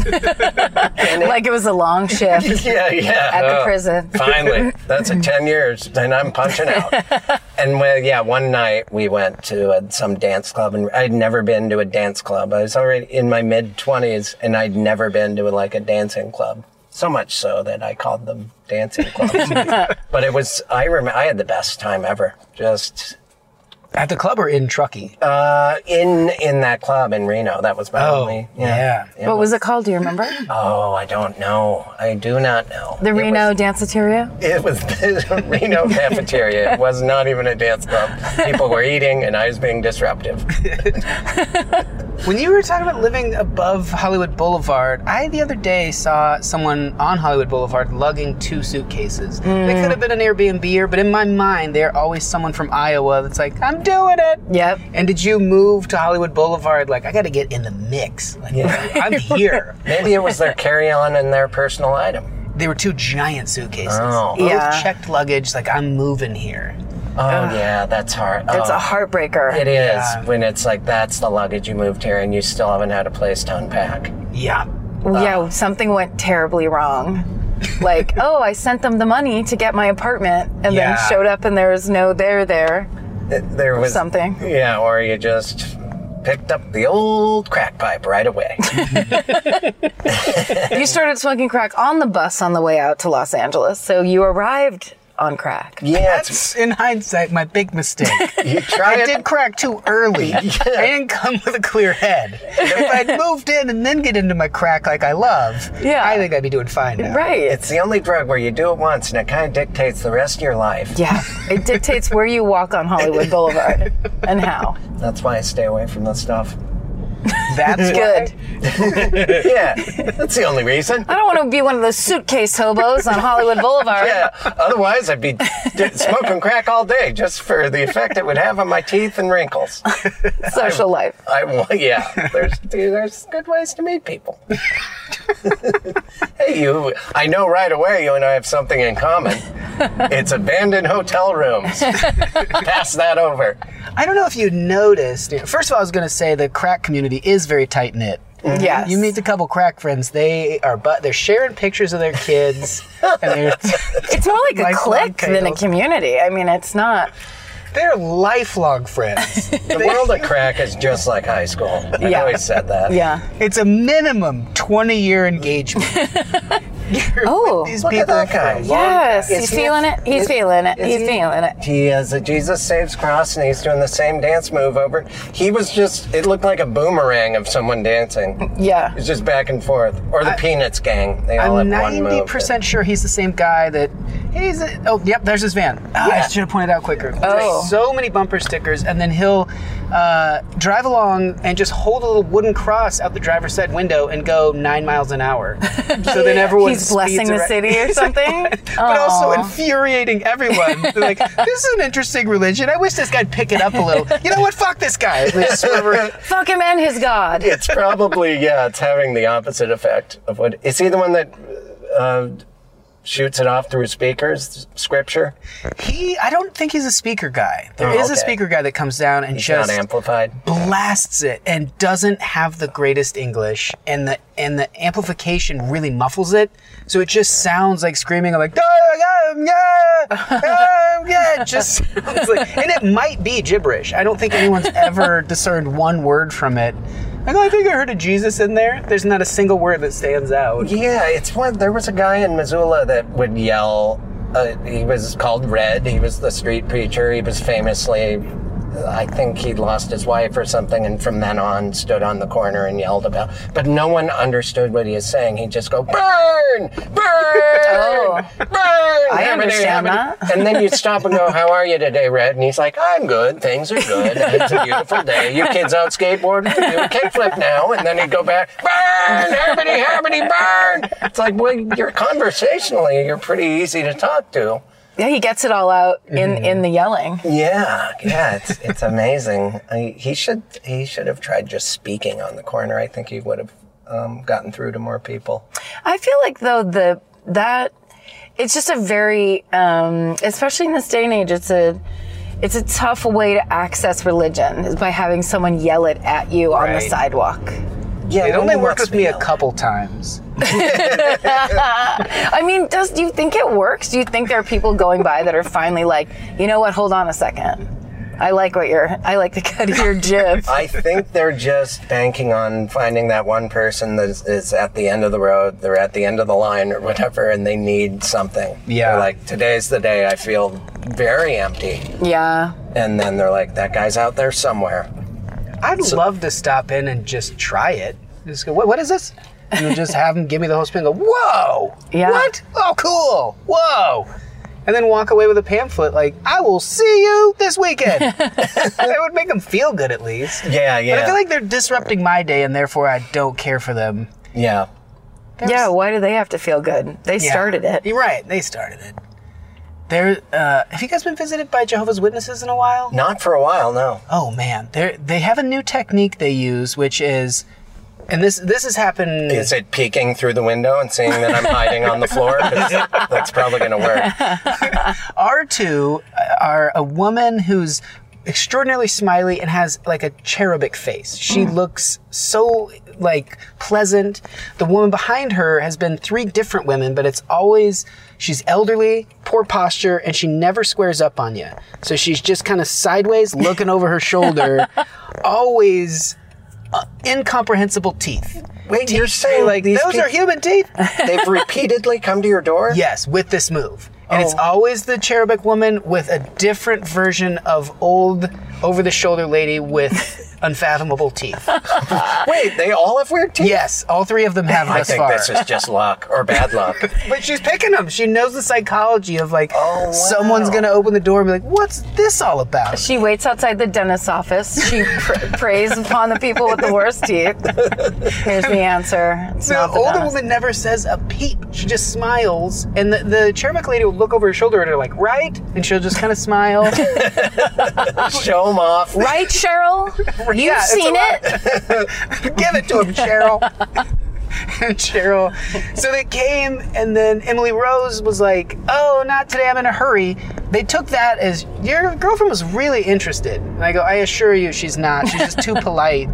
S6: Like it was a long shift.
S3: yeah, yeah.
S6: At the
S3: Oh,
S6: prison.
S3: Finally, that's a ten years, and I'm punching out. and well, yeah, one night we went to uh some dance club, and I'd never been to a dance club. I was already in my mid twenties, and I'd never been to like a dancing club. So much so that I called them dancing clubs. but it was I remember I had the best time ever. Just
S7: At the club or in Truckee?
S3: Uh, in in that club in Reno, that was my only.
S7: yeah.
S6: What was it called? Do you remember?
S3: Oh, I don't know. I do not know.
S6: The
S3: It
S6: Reno Danceteria?
S3: was- It was the Reno cafeteria. It was not even a dance club. People were eating, and I was being disruptive.
S7: When you were talking about living above Hollywood Boulevard, I the other day saw someone on Hollywood Boulevard lugging two suitcases. They could have been an Airbnb, but in my mind, they're always someone from Iowa that's like, "I'm doing it."
S6: Yep.
S7: And did you move to Hollywood Boulevard? Like, I got to get in the mix. Like, I'm here.
S3: Maybe it was their carry-on and their personal item.
S7: They were two giant suitcases.
S3: Oh.
S7: Both
S6: Yeah.
S7: checked luggage. Like, I'm moving here.
S3: Oh yeah, that's hard.
S6: It's
S3: Oh,
S6: a heartbreaker.
S3: It is when it's like that's the luggage you moved here, and you still haven't had a place to unpack.
S7: Yeah.
S6: yeah, something went terribly wrong. Like, oh, I sent them the money to get my apartment and
S7: Yeah.
S6: then showed up and there was no there there.
S3: There was
S6: Something.
S3: Yeah, or you just picked up the old crack pipe right away.
S6: You started smoking crack on the bus on the way out to Los Angeles, so you arrived on crack.
S3: yeah, it's,
S7: That's in hindsight my big mistake.
S3: you try
S7: I
S3: it.
S7: did crack too early. I didn't come with a clear head. If I'd moved in and then get into my crack like I love,
S6: Yeah.
S7: I think I'd be doing fine now.
S6: Right.
S3: It's the only drug where you do it once and it kind of dictates the rest of your life.
S6: yeah. It dictates where you walk on Hollywood Boulevard and how.
S3: That's why I stay away from this stuff.
S7: That's
S6: Good.
S3: Yeah, that's the only reason.
S6: I don't want to be one of those suitcase hobos on Hollywood Boulevard.
S3: Yeah, otherwise I'd be d- smoking crack all day just for the effect it would have on my teeth and wrinkles.
S6: Social life.
S3: I wa- yeah. There's there's good ways to meet people. hey, you. I know right away you and I have something in common. It's abandoned hotel rooms. Pass that over.
S7: I don't know if you noticed. First of all, I was going to say the crack community is very tight knit.
S6: Yes.
S7: You meet a couple crack friends. They are, but they're sharing pictures of their kids, and they're
S6: it's more like a
S7: lifelong
S6: clique than a
S7: tales.
S6: community. I mean, it's not.
S7: they're lifelong friends.
S3: The world of crack is just like high school. I
S6: Yeah.
S3: always said that.
S6: Yeah.
S7: It's a minimum twenty year engagement. You're
S6: Oh,
S7: with these
S3: Look at
S7: people
S3: that
S7: for a
S3: guy.
S7: long
S6: Yes.
S3: Is
S6: He's
S3: he-
S6: feeling it. He's
S3: is-
S6: feeling it.
S3: is
S6: He's
S3: he-
S6: feeling it.
S3: He has a Jesus Saves Cross and he's doing the same dance move over. He was just, it looked like a boomerang of someone dancing.
S6: Yeah.
S3: It's just back and forth. Or the Peanuts gang. They all
S7: I'm
S3: have one move.
S7: ninety percent sure he's the same guy that he's. A, oh, yep, there's his van. Ah, I should have pointed out quicker.
S6: Oh.
S7: There's so many bumper stickers, and then he'll uh, drive along and just hold a little wooden cross out the driver's side window and go nine miles an hour. so then everyone
S6: He's
S7: speeds
S6: blessing the
S7: around-
S6: city or something.
S7: But also
S6: Aw.
S7: infuriating everyone. They're like, this is an interesting religion. I wish this guy'd pick it up a little. You know what? Fuck this guy. And they swerve
S6: Fuck him and his God.
S3: it's probably yeah it's having the opposite effect of what is he the one that uh, shoots it off through speakers scripture
S7: He, I don't think he's a speaker guy. There is
S3: Oh,
S7: a
S3: okay.
S7: speaker guy that comes down and
S3: not
S7: just
S3: amplified
S7: blasts it and doesn't have the greatest English, and the and the amplification really muffles it, so it just sounds like screaming. I'm like, "Duh, yeah, yeah, yeah, yeah," it just sounds like, and it might be gibberish. I don't think anyone's ever discerned one word from it. Like, oh, I think I heard a Jesus in there. There's not a single word that stands out.
S3: yeah it's one there was a guy in missoula that would yell uh, he was called red he was the street preacher he was famously I think he lost his wife or something, and from then on stood on the corner and yelled about. But no one understood what he was saying. He'd just go, "Burn, burn, burn!" I
S6: Oh. understand that.
S3: And then you stop and go, "How are you today, Red?" And he's like, "I'm good. Things are good. It's a beautiful day. You kids out skateboarding, We're doing kickflip now." And then he'd go back, "Burn, Harmony, Harmony, burn!" It's like, well, you're conversationally, you're pretty easy to talk to.
S6: Yeah, he gets it all out in in the yelling.
S3: Yeah, yeah, it's it's amazing. I, he should he should have tried just speaking on the corner. I think he would have um, gotten through to more people.
S6: I feel like though the that it's just a very um, especially in this day and age it's a it's a tough way to access religion is by having someone yell it at you on the
S3: Right.
S6: sidewalk.
S3: Yeah,
S7: It only worked with me a couple times.
S6: I mean, does do you think it works? Do you think there are people going by that are finally like, you know what? Hold on a second. I like what you're. I like the cut of your jib.
S3: I think they're just banking on finding that one person that is, is at the end of the road, they're at the end of the line or whatever, and they need something.
S7: Yeah.
S3: They're like, today's the day I feel very empty.
S6: yeah.
S3: And then they're like, that guy's out there somewhere.
S7: I'd love to stop in and just try it. Just go, what, what is this? And then just have them give me the whole spin. and Go, whoa!
S6: Yeah.
S7: What? Oh, cool! Whoa! And then walk away with a pamphlet like, "I will see you this weekend." that would make them feel good at least.
S3: Yeah, yeah.
S7: But I feel like they're disrupting my day, and therefore I don't care for them.
S3: yeah.
S6: Yeah. Why do they have to feel good? They
S7: Yeah.
S6: started it.
S7: You're right. They started it. There. Uh, have you guys been visited by Jehovah's Witnesses in a while?
S3: Not for a while, no.
S7: Oh man, they they have a new technique they use, which is, and this this has happened.
S3: Is it peeking through the window and seeing that I'm hiding on the floor? 'Cause that's probably going to work.
S7: R2 uh, are a woman who's extraordinarily smiley and has like a cherubic face. She looks so like pleasant. The woman behind her has been three different women, but it's always she's elderly, poor posture, and she never squares up on you. So she's just kind of sideways looking over her shoulder, always uh, incomprehensible teeth.
S3: Wait, you're saying
S7: Like
S3: like these
S7: those
S3: people,
S7: are human teeth.
S3: they've repeatedly come to your door?
S7: Yes, with this move. And it's
S3: Oh.
S7: always the cherubic woman with a different version of old over the shoulder lady with unfathomable teeth.
S3: Wait, they all have weird teeth?
S7: Yes, all three of them have
S3: I
S7: thus
S3: think
S7: far.
S3: this is just luck or bad luck.
S7: but she's picking them. She knows the psychology of like
S3: Oh, wow.
S7: someone's gonna open the door and be like, "What's this all about?"
S6: She waits outside the dentist's office. She pr- preys upon the people with the worst teeth. Here's the answer. It's
S7: The
S6: not the
S7: older
S6: dentist.
S7: woman never says a peep. She just smiles, and the, the cherubic lady will look over her shoulder at her like, "Right," and she'll just kind of smile.
S3: Show them off.
S6: Right, Cheryl? You've
S7: Yeah, it's a
S6: seen
S7: lot.
S6: it.
S7: Give it to him, Cheryl. And Cheryl. So they came, and then Emily Rose was like, "Oh, not today. I'm in a hurry." They took that as your girlfriend was really interested. And I go, "I assure you, she's not. She's just too polite."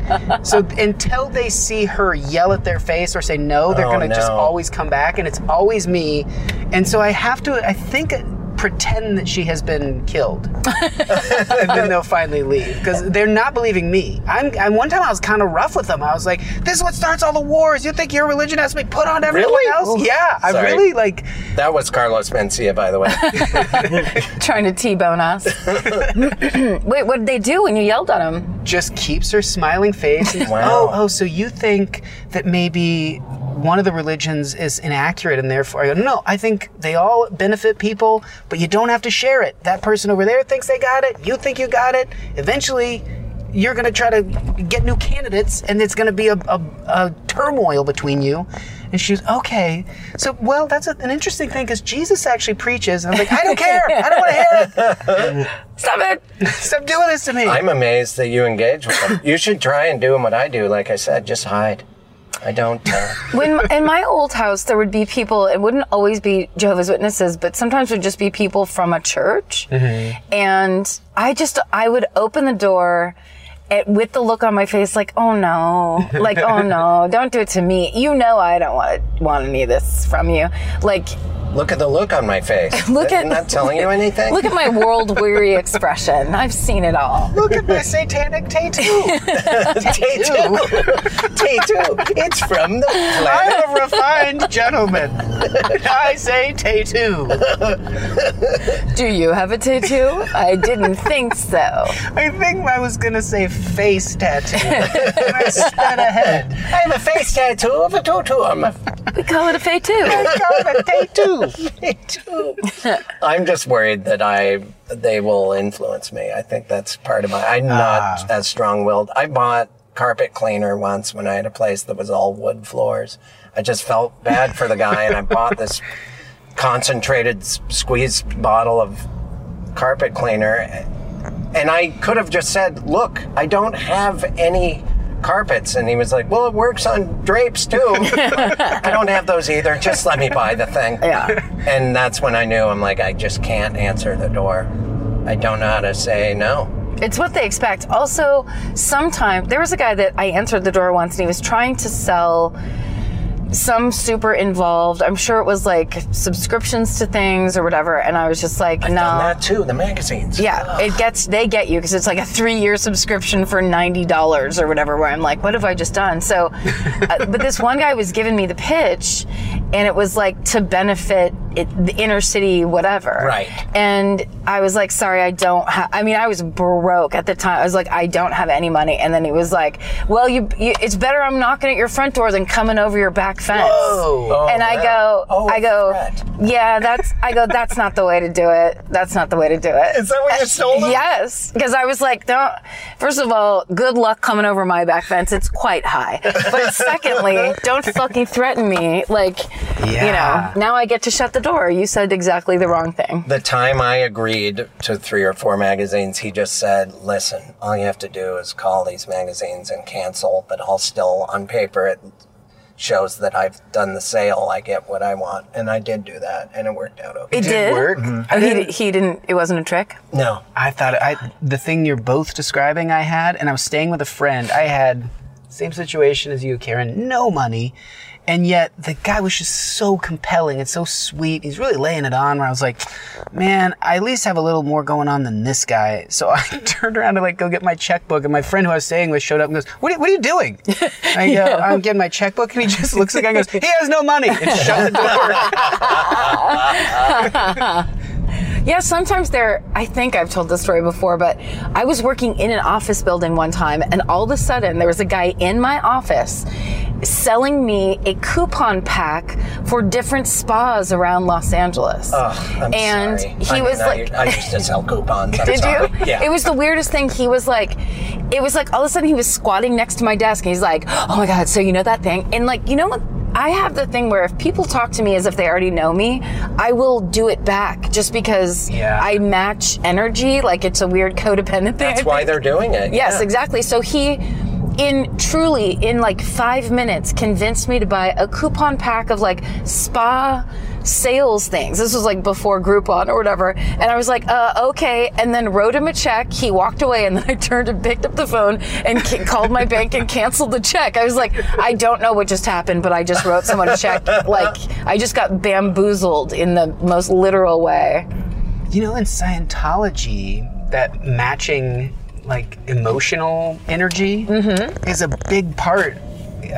S7: So until they see her yell at their face or say no, they're
S3: Oh,
S7: gonna just
S3: no.
S7: always come back, and it's always me. And so I have to, I think, pretend that she has been killed and then they'll finally leave because they're not believing me. I'm, i one time I was kind of rough with them. I was like, "This is what starts all the wars. You think your religion has to be put on everyone
S3: Really?
S7: else?"
S3: Ooh.
S7: Yeah, I
S3: Sorry.
S7: really like.
S3: That was Carlos Mencia, by the way.
S6: Trying to T-bone us. Wait, what did they do when you yelled at them?
S7: just keeps her smiling face. And,
S3: Wow.
S7: Oh, oh, so you think that maybe one of the religions is inaccurate and therefore I go, no, I think they all benefit people, but you don't have to share it. That person over there thinks they got it, you think you got it. Eventually, you're going to try to get new candidates and it's going to be a, a, a turmoil between you. And she was, okay. So, well, that's a, an interesting thing because Jesus actually preaches. And I'm like, I don't care. I don't want to hear
S6: Stop it.
S7: it. Stop doing this to me.
S3: I'm amazed that you engage with them. You should try and do what I do. Like I said, just hide. I don't. Uh,
S6: when in my old house there would be people it wouldn't always be jehovah's witnesses but sometimes it would just be people from a church and i just i would open the door it, with the look on my face like oh no like oh no don't do it to me you know i don't want to want any of this from you like
S3: look at the look on my face.
S6: Look at-
S3: Isn't that telling you anything?
S6: look at my world weary expression i've seen it all
S7: Look at my satanic tattoo.
S3: Tattoo. Tattoo. It's from the planet.
S7: I'm a refined gentleman. I say tattoo.
S6: do you have a tattoo i didn't think so
S7: I think I was gonna say face tattoo. And I sped ahead.
S3: I have a face tattoo of a tutu on my
S6: we call it a tattoo
S7: I got a tattoo.
S3: tattoo. I'm just worried that I they will influence me. I think that's part of my. I'm
S6: Ah.
S3: not as strong willed. I bought carpet cleaner once when I had a place that was all wood floors. I just felt bad for the guy, and I bought this concentrated s- squeezed bottle of carpet cleaner and I could have just said, "Look, I don't have any carpets." And he was like, "Well, it works on drapes too. I don't have those either. Just let me buy the thing." Yeah. And that's when I knew I'm like, I just can't answer the door. I don't know how to say no.
S6: It's what they expect. Also, sometimes there was a guy that I answered the door once and he was trying to sell some super involved. I'm sure it was like subscriptions to things or whatever. And I was just like, no.
S3: And that too, the magazines.
S6: Yeah, it gets they get you because it's like a three year subscription for ninety dollars or whatever. Where I'm like, what have I just done? So, uh, but this one guy was giving me the pitch, and it was like to benefit it, the inner city, whatever.
S3: Right.
S6: And I was like, sorry, I don't. Ha-. I mean, I was broke at the time. I was like, I don't have any money. And then he was like, well, you, you it's better I'm knocking at your front door than coming over your back fence.
S3: Oh,
S6: and I
S3: wow.
S6: go,
S3: Oh,
S6: I go,
S3: threat.
S6: yeah, that's. I go, that's not the way to do it. That's not the way to do it.
S3: Is that what you sold them?
S6: Yes, because I was like, don't. First of all, good luck coming over my back fence. It's quite high. But secondly, don't fucking threaten me. Like,
S7: Yeah.
S6: you know, now I get to shut the door. You said exactly the wrong thing.
S3: The time I agreed to three or four magazines, he just said, listen, all you have to do is call these magazines and cancel, but I'll still, on paper, it shows that I've done the sale. I get what I want. And I did do that, and it worked out okay.
S6: It did.
S7: work.
S6: Oh, he, he didn't. It wasn't a trick.
S3: no.
S7: I thought I the thing you're both describing I had, and I was staying with a friend. I had same situation as you, Karen, no money. And yet the guy was just so compelling and so sweet. He's really laying it on where I was like, man, I at least have a little more going on than this guy. So I turned around to like go get my checkbook and my friend who I was staying with showed up and goes, what are, you- what are you doing? I go, I'm getting my checkbook. And he just looks at the guy and goes, he has no money. And shut the door.
S6: Yeah, sometimes there. I think I've told this story before, but I was working in an office building one time, and all of a sudden there was a guy in my office selling me a coupon pack for different spas around Los Angeles.
S3: Ugh, Oh, I'm
S6: and
S3: sorry.
S6: he
S3: I
S6: was
S3: mean, I-
S6: like,
S3: I, used to sell coupons. I'm
S6: Did
S3: sorry.
S6: you?
S3: Yeah.
S6: It was the weirdest thing. He was like, it was like all of a sudden he was squatting next to my desk and he's like, oh my God, so you know that thing? And like, you know what? I have the thing where if people talk to me as if they already know me, I will do it back just because
S7: Yeah.
S6: I match energy. Like it's a weird codependent thing.
S3: That's
S6: I
S3: why
S6: think.
S3: they're doing it.
S6: Yes, exactly. So he, in truly, in like five minutes, convinced me to buy a coupon pack of like spa sales things. This was like before Groupon or whatever. And I was like, uh, okay. And then wrote him a check. He walked away. And then I turned and picked up the phone and ca- called my bank and canceled the check. I was like, I don't know what just happened, but I just wrote someone a check. Like, I just got bamboozled in the most literal way.
S7: You know, in Scientology, that matching like emotional energy
S3: Mm-hmm.
S7: is a big part.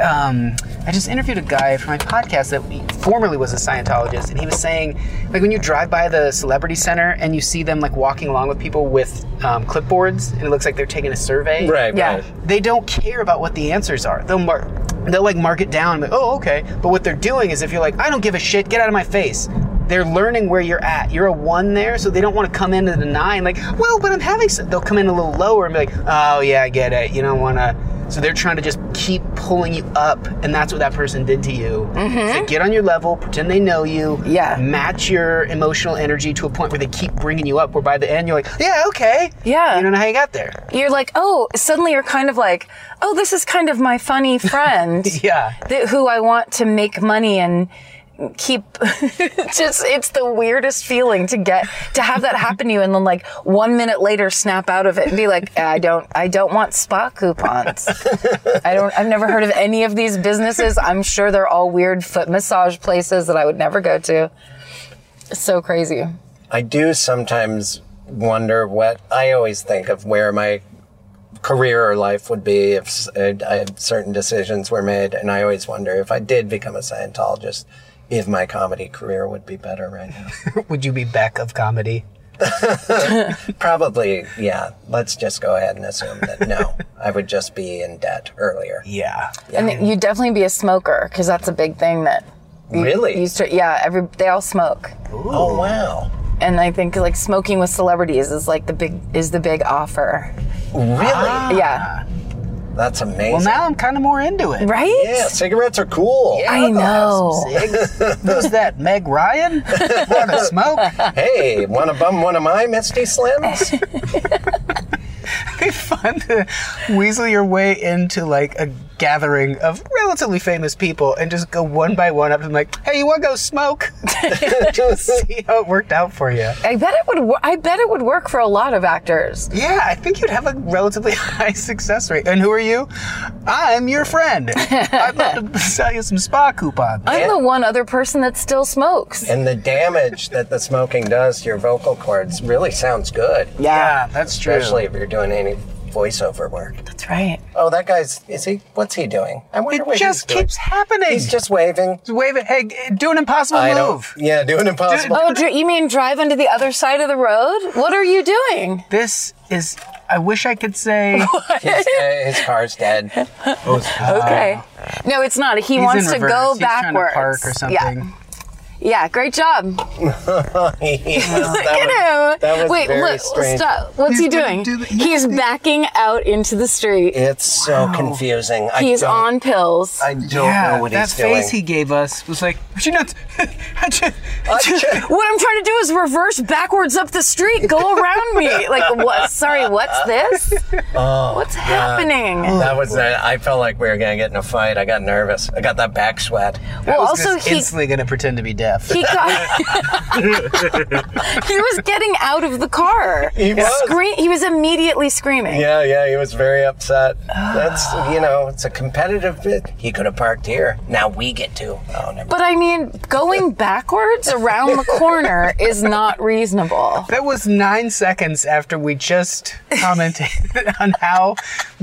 S7: Um, I just interviewed a guy for my podcast that we- formerly was a Scientologist, and he was saying, like, when you drive by the Celebrity Center and you see them like walking along with people with um, clipboards, and it looks like they're taking a survey
S3: Right,
S6: Yeah.
S3: right.
S7: they don't care about what the answers are. They'll mark, they'll like mark it down. Like, oh, okay. But what they're doing is, if you're like, I don't give a shit, get out of my face. They're learning where you're at. You're a one there, so they don't want to come in at a nine. Like, well, but I'm having. Some. They'll come in a little lower and be like, oh yeah, I get it. You don't want to. So they're trying to just keep pulling you up, and that's what that person did to you. So get on your level, pretend they know you.
S6: Mm-hmm. Yeah.
S7: Match your emotional energy to a point where they keep bringing you up. Where by the end you're like, yeah, okay.
S6: Yeah.
S7: You don't know how you got there.
S6: You're like, oh, suddenly you're kind of like, oh, this is kind of my funny friend.
S7: Yeah.
S6: th- who I want to make money and keep just it's the weirdest feeling to get to have that happen to you and then like one minute later snap out of it and be like I don't I don't want spa coupons I don't I've never heard of any of these businesses I'm sure they're all weird foot massage places that I would never go to so crazy
S3: I do sometimes wonder what I always think of where my career or life would be if s- uh, I- certain decisions were made, and I always wonder if I did become a Scientologist, if my comedy career would be better right now.
S7: Would you be back of comedy?
S3: Probably, yeah. Let's just go ahead and assume that no, I would just be in debt earlier.
S7: Yeah.
S6: and you'd definitely be a smoker because that's a big thing that you,
S3: Really?
S6: you start, yeah every they all smoke
S3: Oh wow!
S6: and I think like smoking with celebrities is like the big is the big offer.
S3: Really?
S7: Ah.
S6: Yeah,
S3: That's amazing.
S7: Well, now I'm kind of more into it.
S6: right?
S3: yeah, cigarettes are cool.
S6: I know.
S7: Who's that? Meg Ryan? Want to smoke?
S3: Hey, want to bum one of my Misty Slims?
S7: very fun to weasel your way into like a gathering of relatively famous people and just go one by one up to them like, hey, you want to go smoke? just see how it worked out for you.
S6: I bet it would. Wor- I bet it would work for a lot of actors.
S7: Yeah, I think you'd have a relatively high success rate. And who are you? I'm your friend. I'd love to sell you some spa coupons.
S6: I'm the one other person that still smokes.
S3: And the damage that the smoking does to your vocal cords really sounds good,
S7: yeah, that's true.
S3: especially if you're doing any voiceover work.
S6: That's right.
S3: Oh, that guy's, is he, what's he doing? I wonder what
S7: it just
S3: he's doing.
S7: keeps happening.
S3: He's just waving.
S7: Wave it. Hey, do an impossible
S3: I don't-
S7: move.
S3: Yeah, doing impossible.
S6: Oh, dr- you mean drive onto the other side of the road? What are you doing?
S7: This is. I wish I could say. uh,
S3: His, uh, his car's dead.
S6: Okay. No, it's not. He
S7: He's
S6: wants
S7: in
S6: to
S7: reverse.
S6: go
S7: He's trying
S6: backwards.
S7: to park or something.
S6: Yeah. Yeah, great job.
S3: that, was,
S6: Hello.
S3: that was
S6: Wait,
S3: very
S6: look,
S3: strange.
S6: stop. What's he
S7: He's
S6: doing?
S7: gonna do the-
S6: He's backing out into the street.
S3: It's so confusing. I
S6: He's
S3: don't-
S6: on pills.
S3: I don't
S7: Yeah,
S3: know what
S7: that
S3: he's
S7: face
S3: doing.
S7: he gave us was like, she nuts. I just-
S6: Uh, What I'm trying to do is reverse backwards up the street, go around me. Like, what? Sorry, what's this?
S3: Oh,
S6: what's happening?
S3: that was. uh, I felt like we were gonna get in a fight. I got nervous. I got that back sweat.
S6: well,
S7: I was
S6: also,
S7: just
S6: he,
S7: instantly going to pretend to be deaf.
S6: he got. he was getting out of the car.
S3: He was.
S6: Scree- he was immediately screaming.
S3: Yeah, yeah. He was very upset. That's you know, it's a competitive bit. He could have parked here. Now we get to. Oh, never.
S6: But I mean, going backwards around the corner is not reasonable.
S7: That was nine seconds after we just commented on how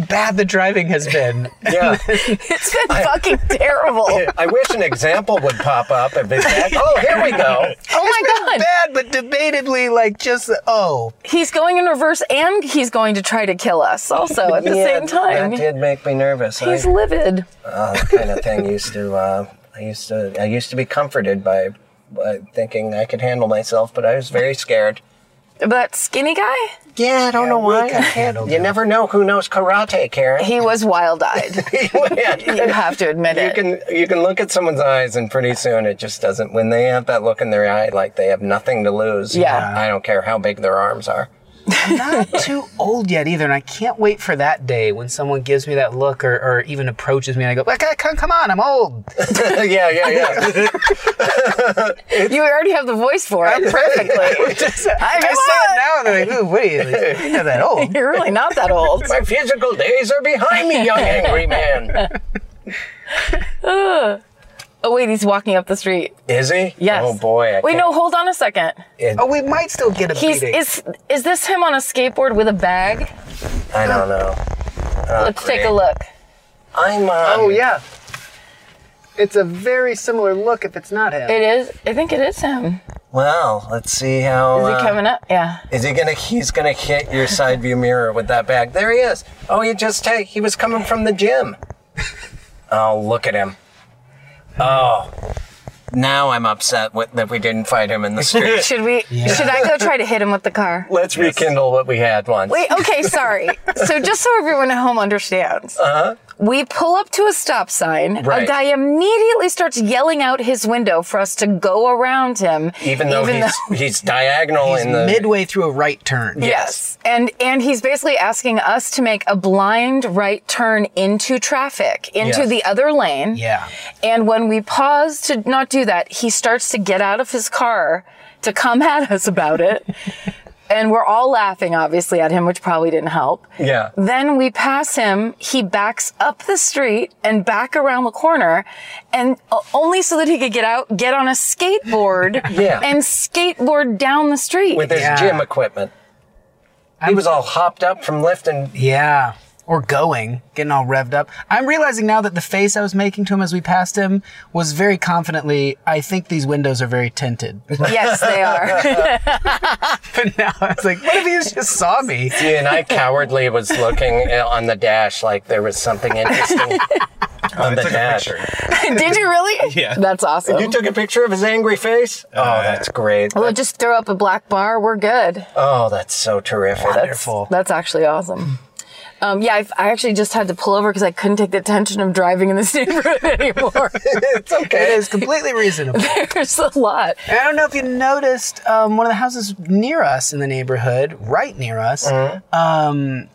S7: bad the driving has been.
S3: Yeah.
S6: It's been fucking terrible.
S3: I wish an example would pop up. If it's that. Oh, here we go.
S7: Oh
S6: my God.
S7: Bad, but debatably, like just oh,
S6: He's going in reverse and he's going to try to kill us also at the
S3: Yeah,
S6: same time.
S3: That did make me nervous.
S6: He's
S3: I,
S6: livid.
S3: uh, that kind of thing used to. Uh, I used to. I used to be comforted by, by thinking I could handle myself, but I was very scared.
S6: But skinny guy,
S3: Yeah, I don't know why. I can't. You never know who knows karate, Karen.
S6: he was wild eyed.
S3: you
S6: you have to admit it.
S3: can you can look at someone's eyes, and pretty soon it just doesn't. When they have that look in their eye, like they have nothing to lose.
S6: Yeah.
S3: I don't care how big their arms are.
S7: not too old yet either, and I can't wait for that day when someone gives me that look or, or even approaches me and I go, "Like, come, come on, I'm old.
S3: yeah, yeah, yeah.
S6: you already have the voice for it perfectly.
S7: I
S6: come
S7: say
S6: on.
S7: it now and they're like, ooh, wait, you're not that old.
S6: You're really not that old.
S3: My physical days are behind me, young angry man.
S6: Oh wait, he's walking up the street.
S3: Is he?
S6: Yes.
S3: Oh boy. I
S6: wait,
S3: can't-
S6: no, hold on a second.
S7: Oh, we might still get a
S6: He's
S7: beating.
S6: is is this him on a skateboard with a bag?
S3: I don't know.
S6: Let's take
S3: Uh,
S6: a
S3: great.
S6: look.
S3: I'm. Uh,
S7: oh yeah, it's a very similar look if it's not him.
S6: It is. I think it is him. Is
S3: Well, let's see how.
S6: he
S3: uh,
S6: coming up? Yeah.
S3: Is he gonna? He's gonna hit your side view mirror with that bag. There he is. Oh, he just hey, he was coming from the gym. oh, look at him. Oh, now I'm upset with, that we didn't fight him in the street.
S6: Should we? Should I go try to hit him with the car?
S3: Let's rekindle what we had once.
S6: Wait, okay, sorry. so just so everyone at home understands, uh-huh. we pull up to a stop sign. A
S3: Right.
S6: guy immediately starts yelling out his window for us to go around him,
S3: even though he's he's diagonal
S7: He's
S3: in the
S7: midway through a right turn.
S6: Yes. And and he's basically asking us to make a blind right turn into traffic, into
S3: Yes.
S6: the other lane.
S7: Yeah.
S6: And when we pause to not do that, he starts to get out of his car to come at us about it. and we're all laughing obviously at him, which probably didn't help.
S3: yeah.
S6: Then we pass him. He backs up the street and back around the corner, and o- only so that he could get out, get on a skateboard,
S3: Yeah.
S6: and skateboard down the street.
S3: With his
S7: Yeah.
S3: gym equipment. He was all hopped up from lifting.
S7: Yeah. Or going, getting all revved up. I'm realizing now that the face I was making to him as we passed him was very confidently, I think these windows are very tinted. but
S6: yes, they are.
S7: now I was like, what if he just saw me?
S3: And I cowardly was looking uh, on the dash like there was something interesting on the dash.
S6: Did you really?
S1: Yeah.
S6: That's awesome.
S3: You took a picture of his angry face? oh, that's great.
S6: well, just throw up a black bar. We're good.
S3: Oh, that's so terrific.
S7: Wonderful.
S6: That's actually awesome. Um, yeah, I, I actually just had to pull over because I couldn't take the tension of driving in this neighborhood anymore.
S3: it's
S7: It
S3: okay.
S7: is completely reasonable.
S6: There's a lot.
S7: And I don't know if you noticed, um, one of the houses near us in the neighborhood, right near us, um,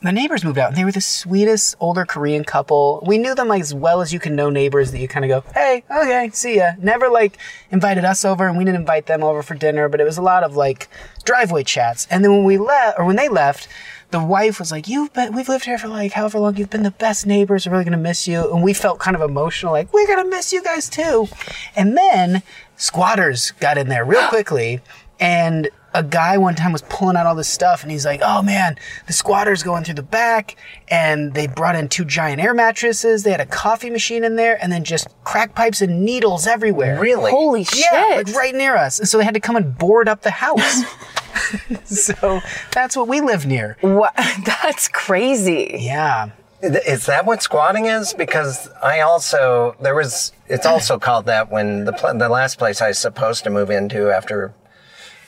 S7: the neighbors moved out and they were the sweetest older Korean couple. We knew them like as well as you can know neighbors that you kind of go, hey, okay, see ya. Never like invited us over and we didn't invite them over for dinner, but it was a lot of like driveway chats. And then when we left, or when they left, the wife was like, you've been, we've lived here for like however long, you've been the best neighbors, we're really gonna miss you. And we felt kind of emotional, like, we're gonna miss you guys too. And then squatters got in there real quickly and a guy one time was pulling out all this stuff and he's like, oh man, the squatters going through the back and they brought in two giant air mattresses. They had a coffee machine in there and then just crack pipes and needles everywhere.
S3: Really?
S6: Holy
S7: Yeah,
S6: shit.
S7: like right near us. And so they had to come and board up the house. so that's what we live near.
S6: Wha- That's crazy.
S7: Yeah.
S3: Is that what squatting is? Because I also there was. It's also called that when the pl- the last place I was supposed to move into after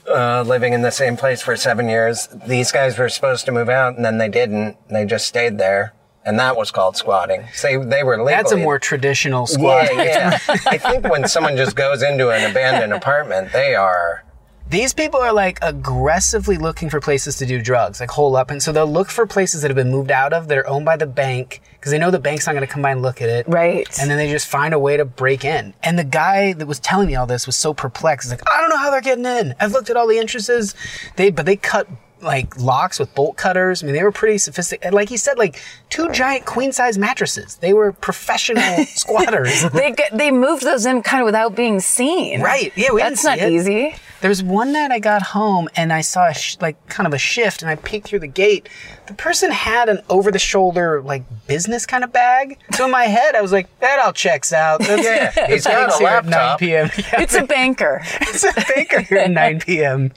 S3: uh, living in the same place for seven years. These guys were supposed to move out, and then they didn't. They just stayed there, and that was called squatting. They they were legally.
S7: That's a more traditional squad.
S3: yeah, yeah. I think when someone just goes into an abandoned apartment, they are.
S7: These people are like aggressively looking for places to do drugs, like hole up. And so they'll look for places that have been moved out of that are owned by the bank because they know the bank's not going to come by and look at it.
S6: Right.
S7: And then they just find a way to break in. And the guy that was telling me all this was so perplexed. He's like, I don't know how they're getting in. I've looked at all the entrances. They, but they cut like locks with bolt cutters. I mean, they were pretty sophisticated. Like he said, like two giant queen size mattresses. They were professional squatters.
S6: They g- they moved those in kind of without being seen.
S7: Right. Yeah, we didn't
S6: That's
S7: see
S6: not
S7: it.
S6: easy.
S7: There was one night I got home and I saw a sh- like kind of a shift and I peeked through the gate. The person had an over the shoulder like business kind of bag. So in my head I was like, that all checks out. That's,
S3: Yeah,
S7: that's
S3: he's got
S7: banks
S3: a
S7: here at 9
S3: laptop.
S7: p.m. Yeah,
S6: It's a banker.
S7: it's a banker here at 9 p.m.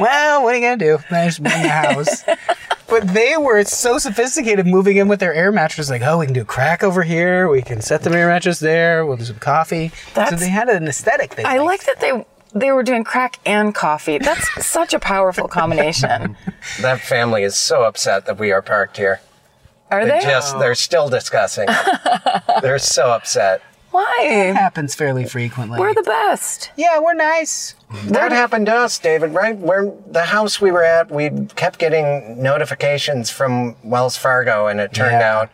S7: Well, what are you gonna do? I just went in the house. But they were so sophisticated moving in with their air mattress, like, oh, we can do crack over here, we can set the air mattress there, we'll do some coffee. so
S6: That's-
S7: they had an aesthetic they
S6: I
S7: liked.
S6: like that they they were doing crack and coffee. That's such a powerful combination.
S3: That family is so upset that we are parked here.
S6: Are
S3: They
S6: they?
S3: just they're still discussing. they're so upset.
S6: Why?
S7: happens fairly frequently.
S6: We're the best.
S7: yeah, we're nice.
S3: That happened to us, David, right? Where the house we were at, we kept getting notifications from Wells Fargo, and it turned
S7: Yeah.
S3: out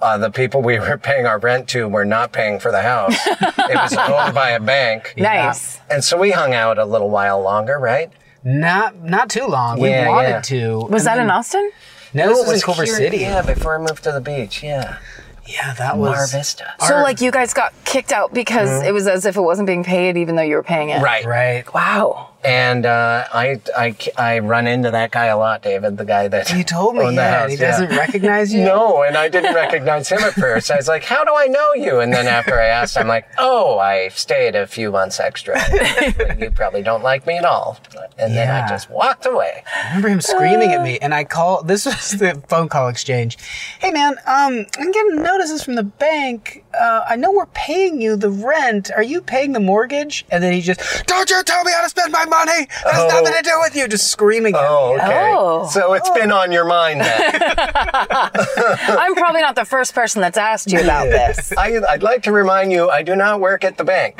S3: uh, the people we were paying our rent to were not paying for the house. it was owned by a bank.
S6: Nice.
S3: And so we hung out a little while longer, right?
S7: Not not too long. We
S3: Yeah,
S7: wanted
S3: yeah.
S7: to.
S6: Was that in Austin?
S7: No,
S3: This
S7: it was in
S3: was
S7: Culver
S3: here-
S7: City.
S3: Yeah, before I moved to the beach. Yeah.
S7: Yeah, that
S3: Mar
S7: was
S3: Vista.
S6: So like you guys got kicked out because it was as if it wasn't being paid, even though you were paying it.
S3: Right.
S7: right.
S6: Wow.
S3: And uh, I, I, I run into that guy a lot, David, the guy that.
S7: You told me
S3: owned the
S7: that
S3: house,
S7: he
S3: Oh, yeah.
S7: doesn't recognize you.
S3: No, and I didn't recognize him at first. I was like, "How do I know you?" And then after I asked, I'm like, "Oh, I stayed a few months extra. you probably don't like me at all." And then
S7: Yeah.
S3: I just walked away.
S7: I remember him screaming at me, and I call. This was the phone call exchange. Hey man, um, I'm getting notices from the bank. Uh, I know we're paying you the rent. Are you paying the mortgage? And then he just, don't you tell me how to spend my money. It has
S3: Oh.
S7: nothing to do with you. Just screaming at me.
S3: Oh, okay.
S6: Oh.
S3: So it's been on your mind then.
S6: I'm probably not the first person that's asked you about this.
S3: I, I'd like to remind you, I do not work at the bank.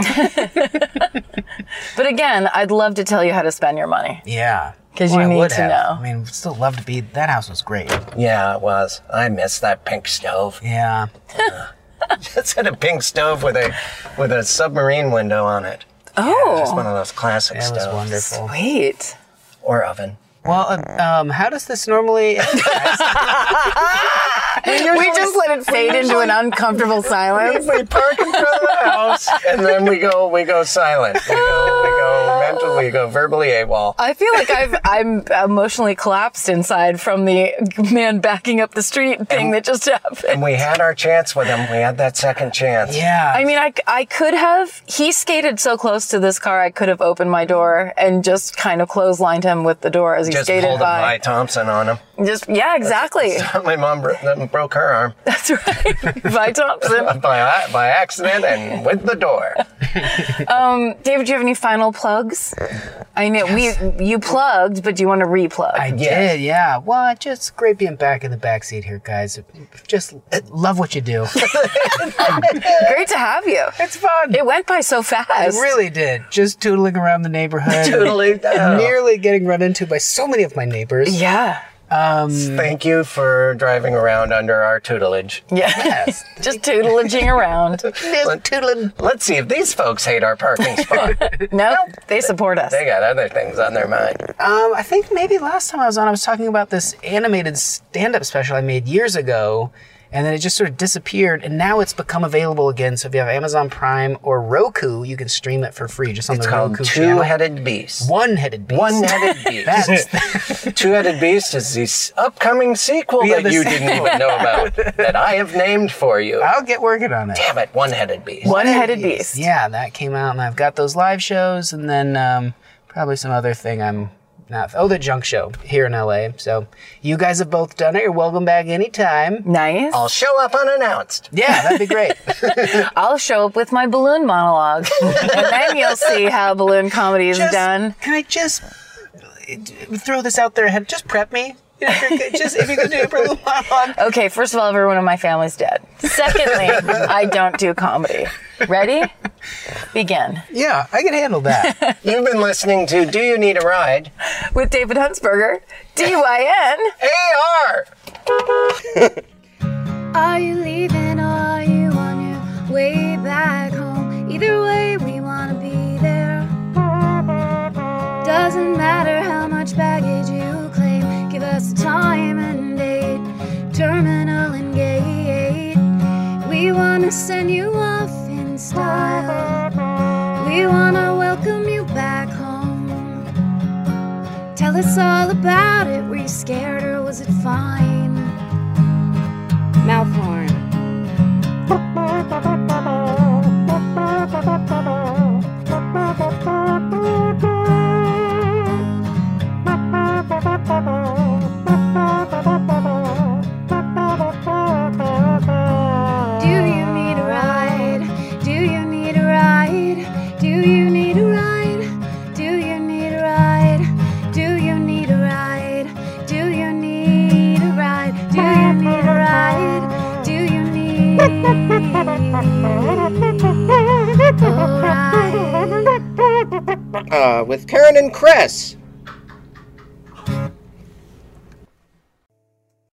S6: But again, I'd love to tell you how to spend your money.
S7: Yeah.
S6: 'Cause you
S7: I
S6: need
S7: would
S6: to
S7: have.
S6: know.
S7: I mean, still love to be. That house was great.
S3: Yeah, it was. I miss that pink stove.
S7: Yeah.
S3: It's had a pink stove with a with a submarine window on it.
S6: Oh,
S3: Just one of those classic
S7: That
S3: stoves
S7: was wonderful.
S6: wait.
S3: or oven.
S7: Well, uh, um, how does this normally?
S6: We just let it fade into an uncomfortable silence.
S3: we park in front of the house and then we go we go silent. We go, we go mentally, we go verbally AWOL.
S6: I feel like I've I'm emotionally collapsed inside from the man backing up the street thing that just happened.
S3: And we had our chance with him. We had that second chance.
S7: yeah.
S6: I mean, I, I could have. He skated so close to this car, I could have opened my door and just kind of clotheslined him with the door as he
S3: Just
S6: skated
S3: pulled a by
S6: by.
S3: Thompson on him.
S6: Just yeah, exactly.
S3: My mom bro- then broke her arm
S6: That's right. by Thompson.
S3: by by accident and with the door.
S6: David, do you have any final plugs? I know we you plugged, but do you want to replug?
S7: I
S3: Yes.
S7: did, yeah. Well, it's just great being back in the back seat here, guys. Just uh, love what you do.
S6: Great to have you.
S7: it's fun.
S6: It went by so fast.
S7: I really did. Just tootling around the neighborhood.
S3: Totally. Oh.
S7: Nearly getting run into by so many of my neighbors.
S6: Yeah.
S3: Thank you for driving around under our tutelage.
S6: Yes. Just tootling around.
S3: Let, us see if these folks hate our parking spot. they
S6: No, they support us.
S3: got other things on their mind.
S7: Um, I think maybe last time I was on, I was talking about this animated stand-up special I made years ago, and then it just sort of disappeared, and now it's become available again. So if you have Amazon Prime or Roku, you can stream it for free just on
S3: It's
S7: the
S3: called
S7: Roku channel.
S3: Two-Headed Beast.
S7: One-headed beast.
S3: One-Headed Beast. Two-Headed Beast is this upcoming sequel
S7: Yeah,
S3: that
S7: the
S3: you didn't
S7: sequel.
S3: even know about that I have named for you.
S7: I'll get working on it.
S3: Damn it, One-Headed Beast.
S6: One-headed beast.
S7: Yeah, that came out, and I've got those live shows, and then um, probably some other thing I'm not. Oh, the Junk Show here in LA. So you guys have both done it. You're welcome back anytime.
S6: Nice.
S3: I'll show up unannounced.
S7: Yeah, that'd be great.
S6: I'll show up with my balloon monologue, and then you'll see how balloon comedy is
S7: Just-
S6: done.
S7: Can I just uh, throw this out there ahead? Just prep me. You know, if you're good- just if you could do a balloon monologue.
S6: Okay, first of all, everyone in my family's dead. Secondly, I don't do comedy. Ready? Begin.
S7: Yeah, I can handle that.
S3: You've been listening to Do You Need a Ride?
S6: With David Huntsberger, DYN.
S3: AR!
S4: Are you leaving or are you on your way back home? Either way, we wanna be there. Doesn't matter how much baggage you claim, give us a time and date, terminal and gate. We wanna send you off in style. We wanna welcome you back home. Tell us all about it. Were you scared or was it fine? mouth horn. Do you need a ride? Do you need a ride? Do you need a ride? Do you need a ride? Do you need a ride? Do you need a ride? Do you need a ride? Do you need a ride?
S5: Uh, with Karen and Chris.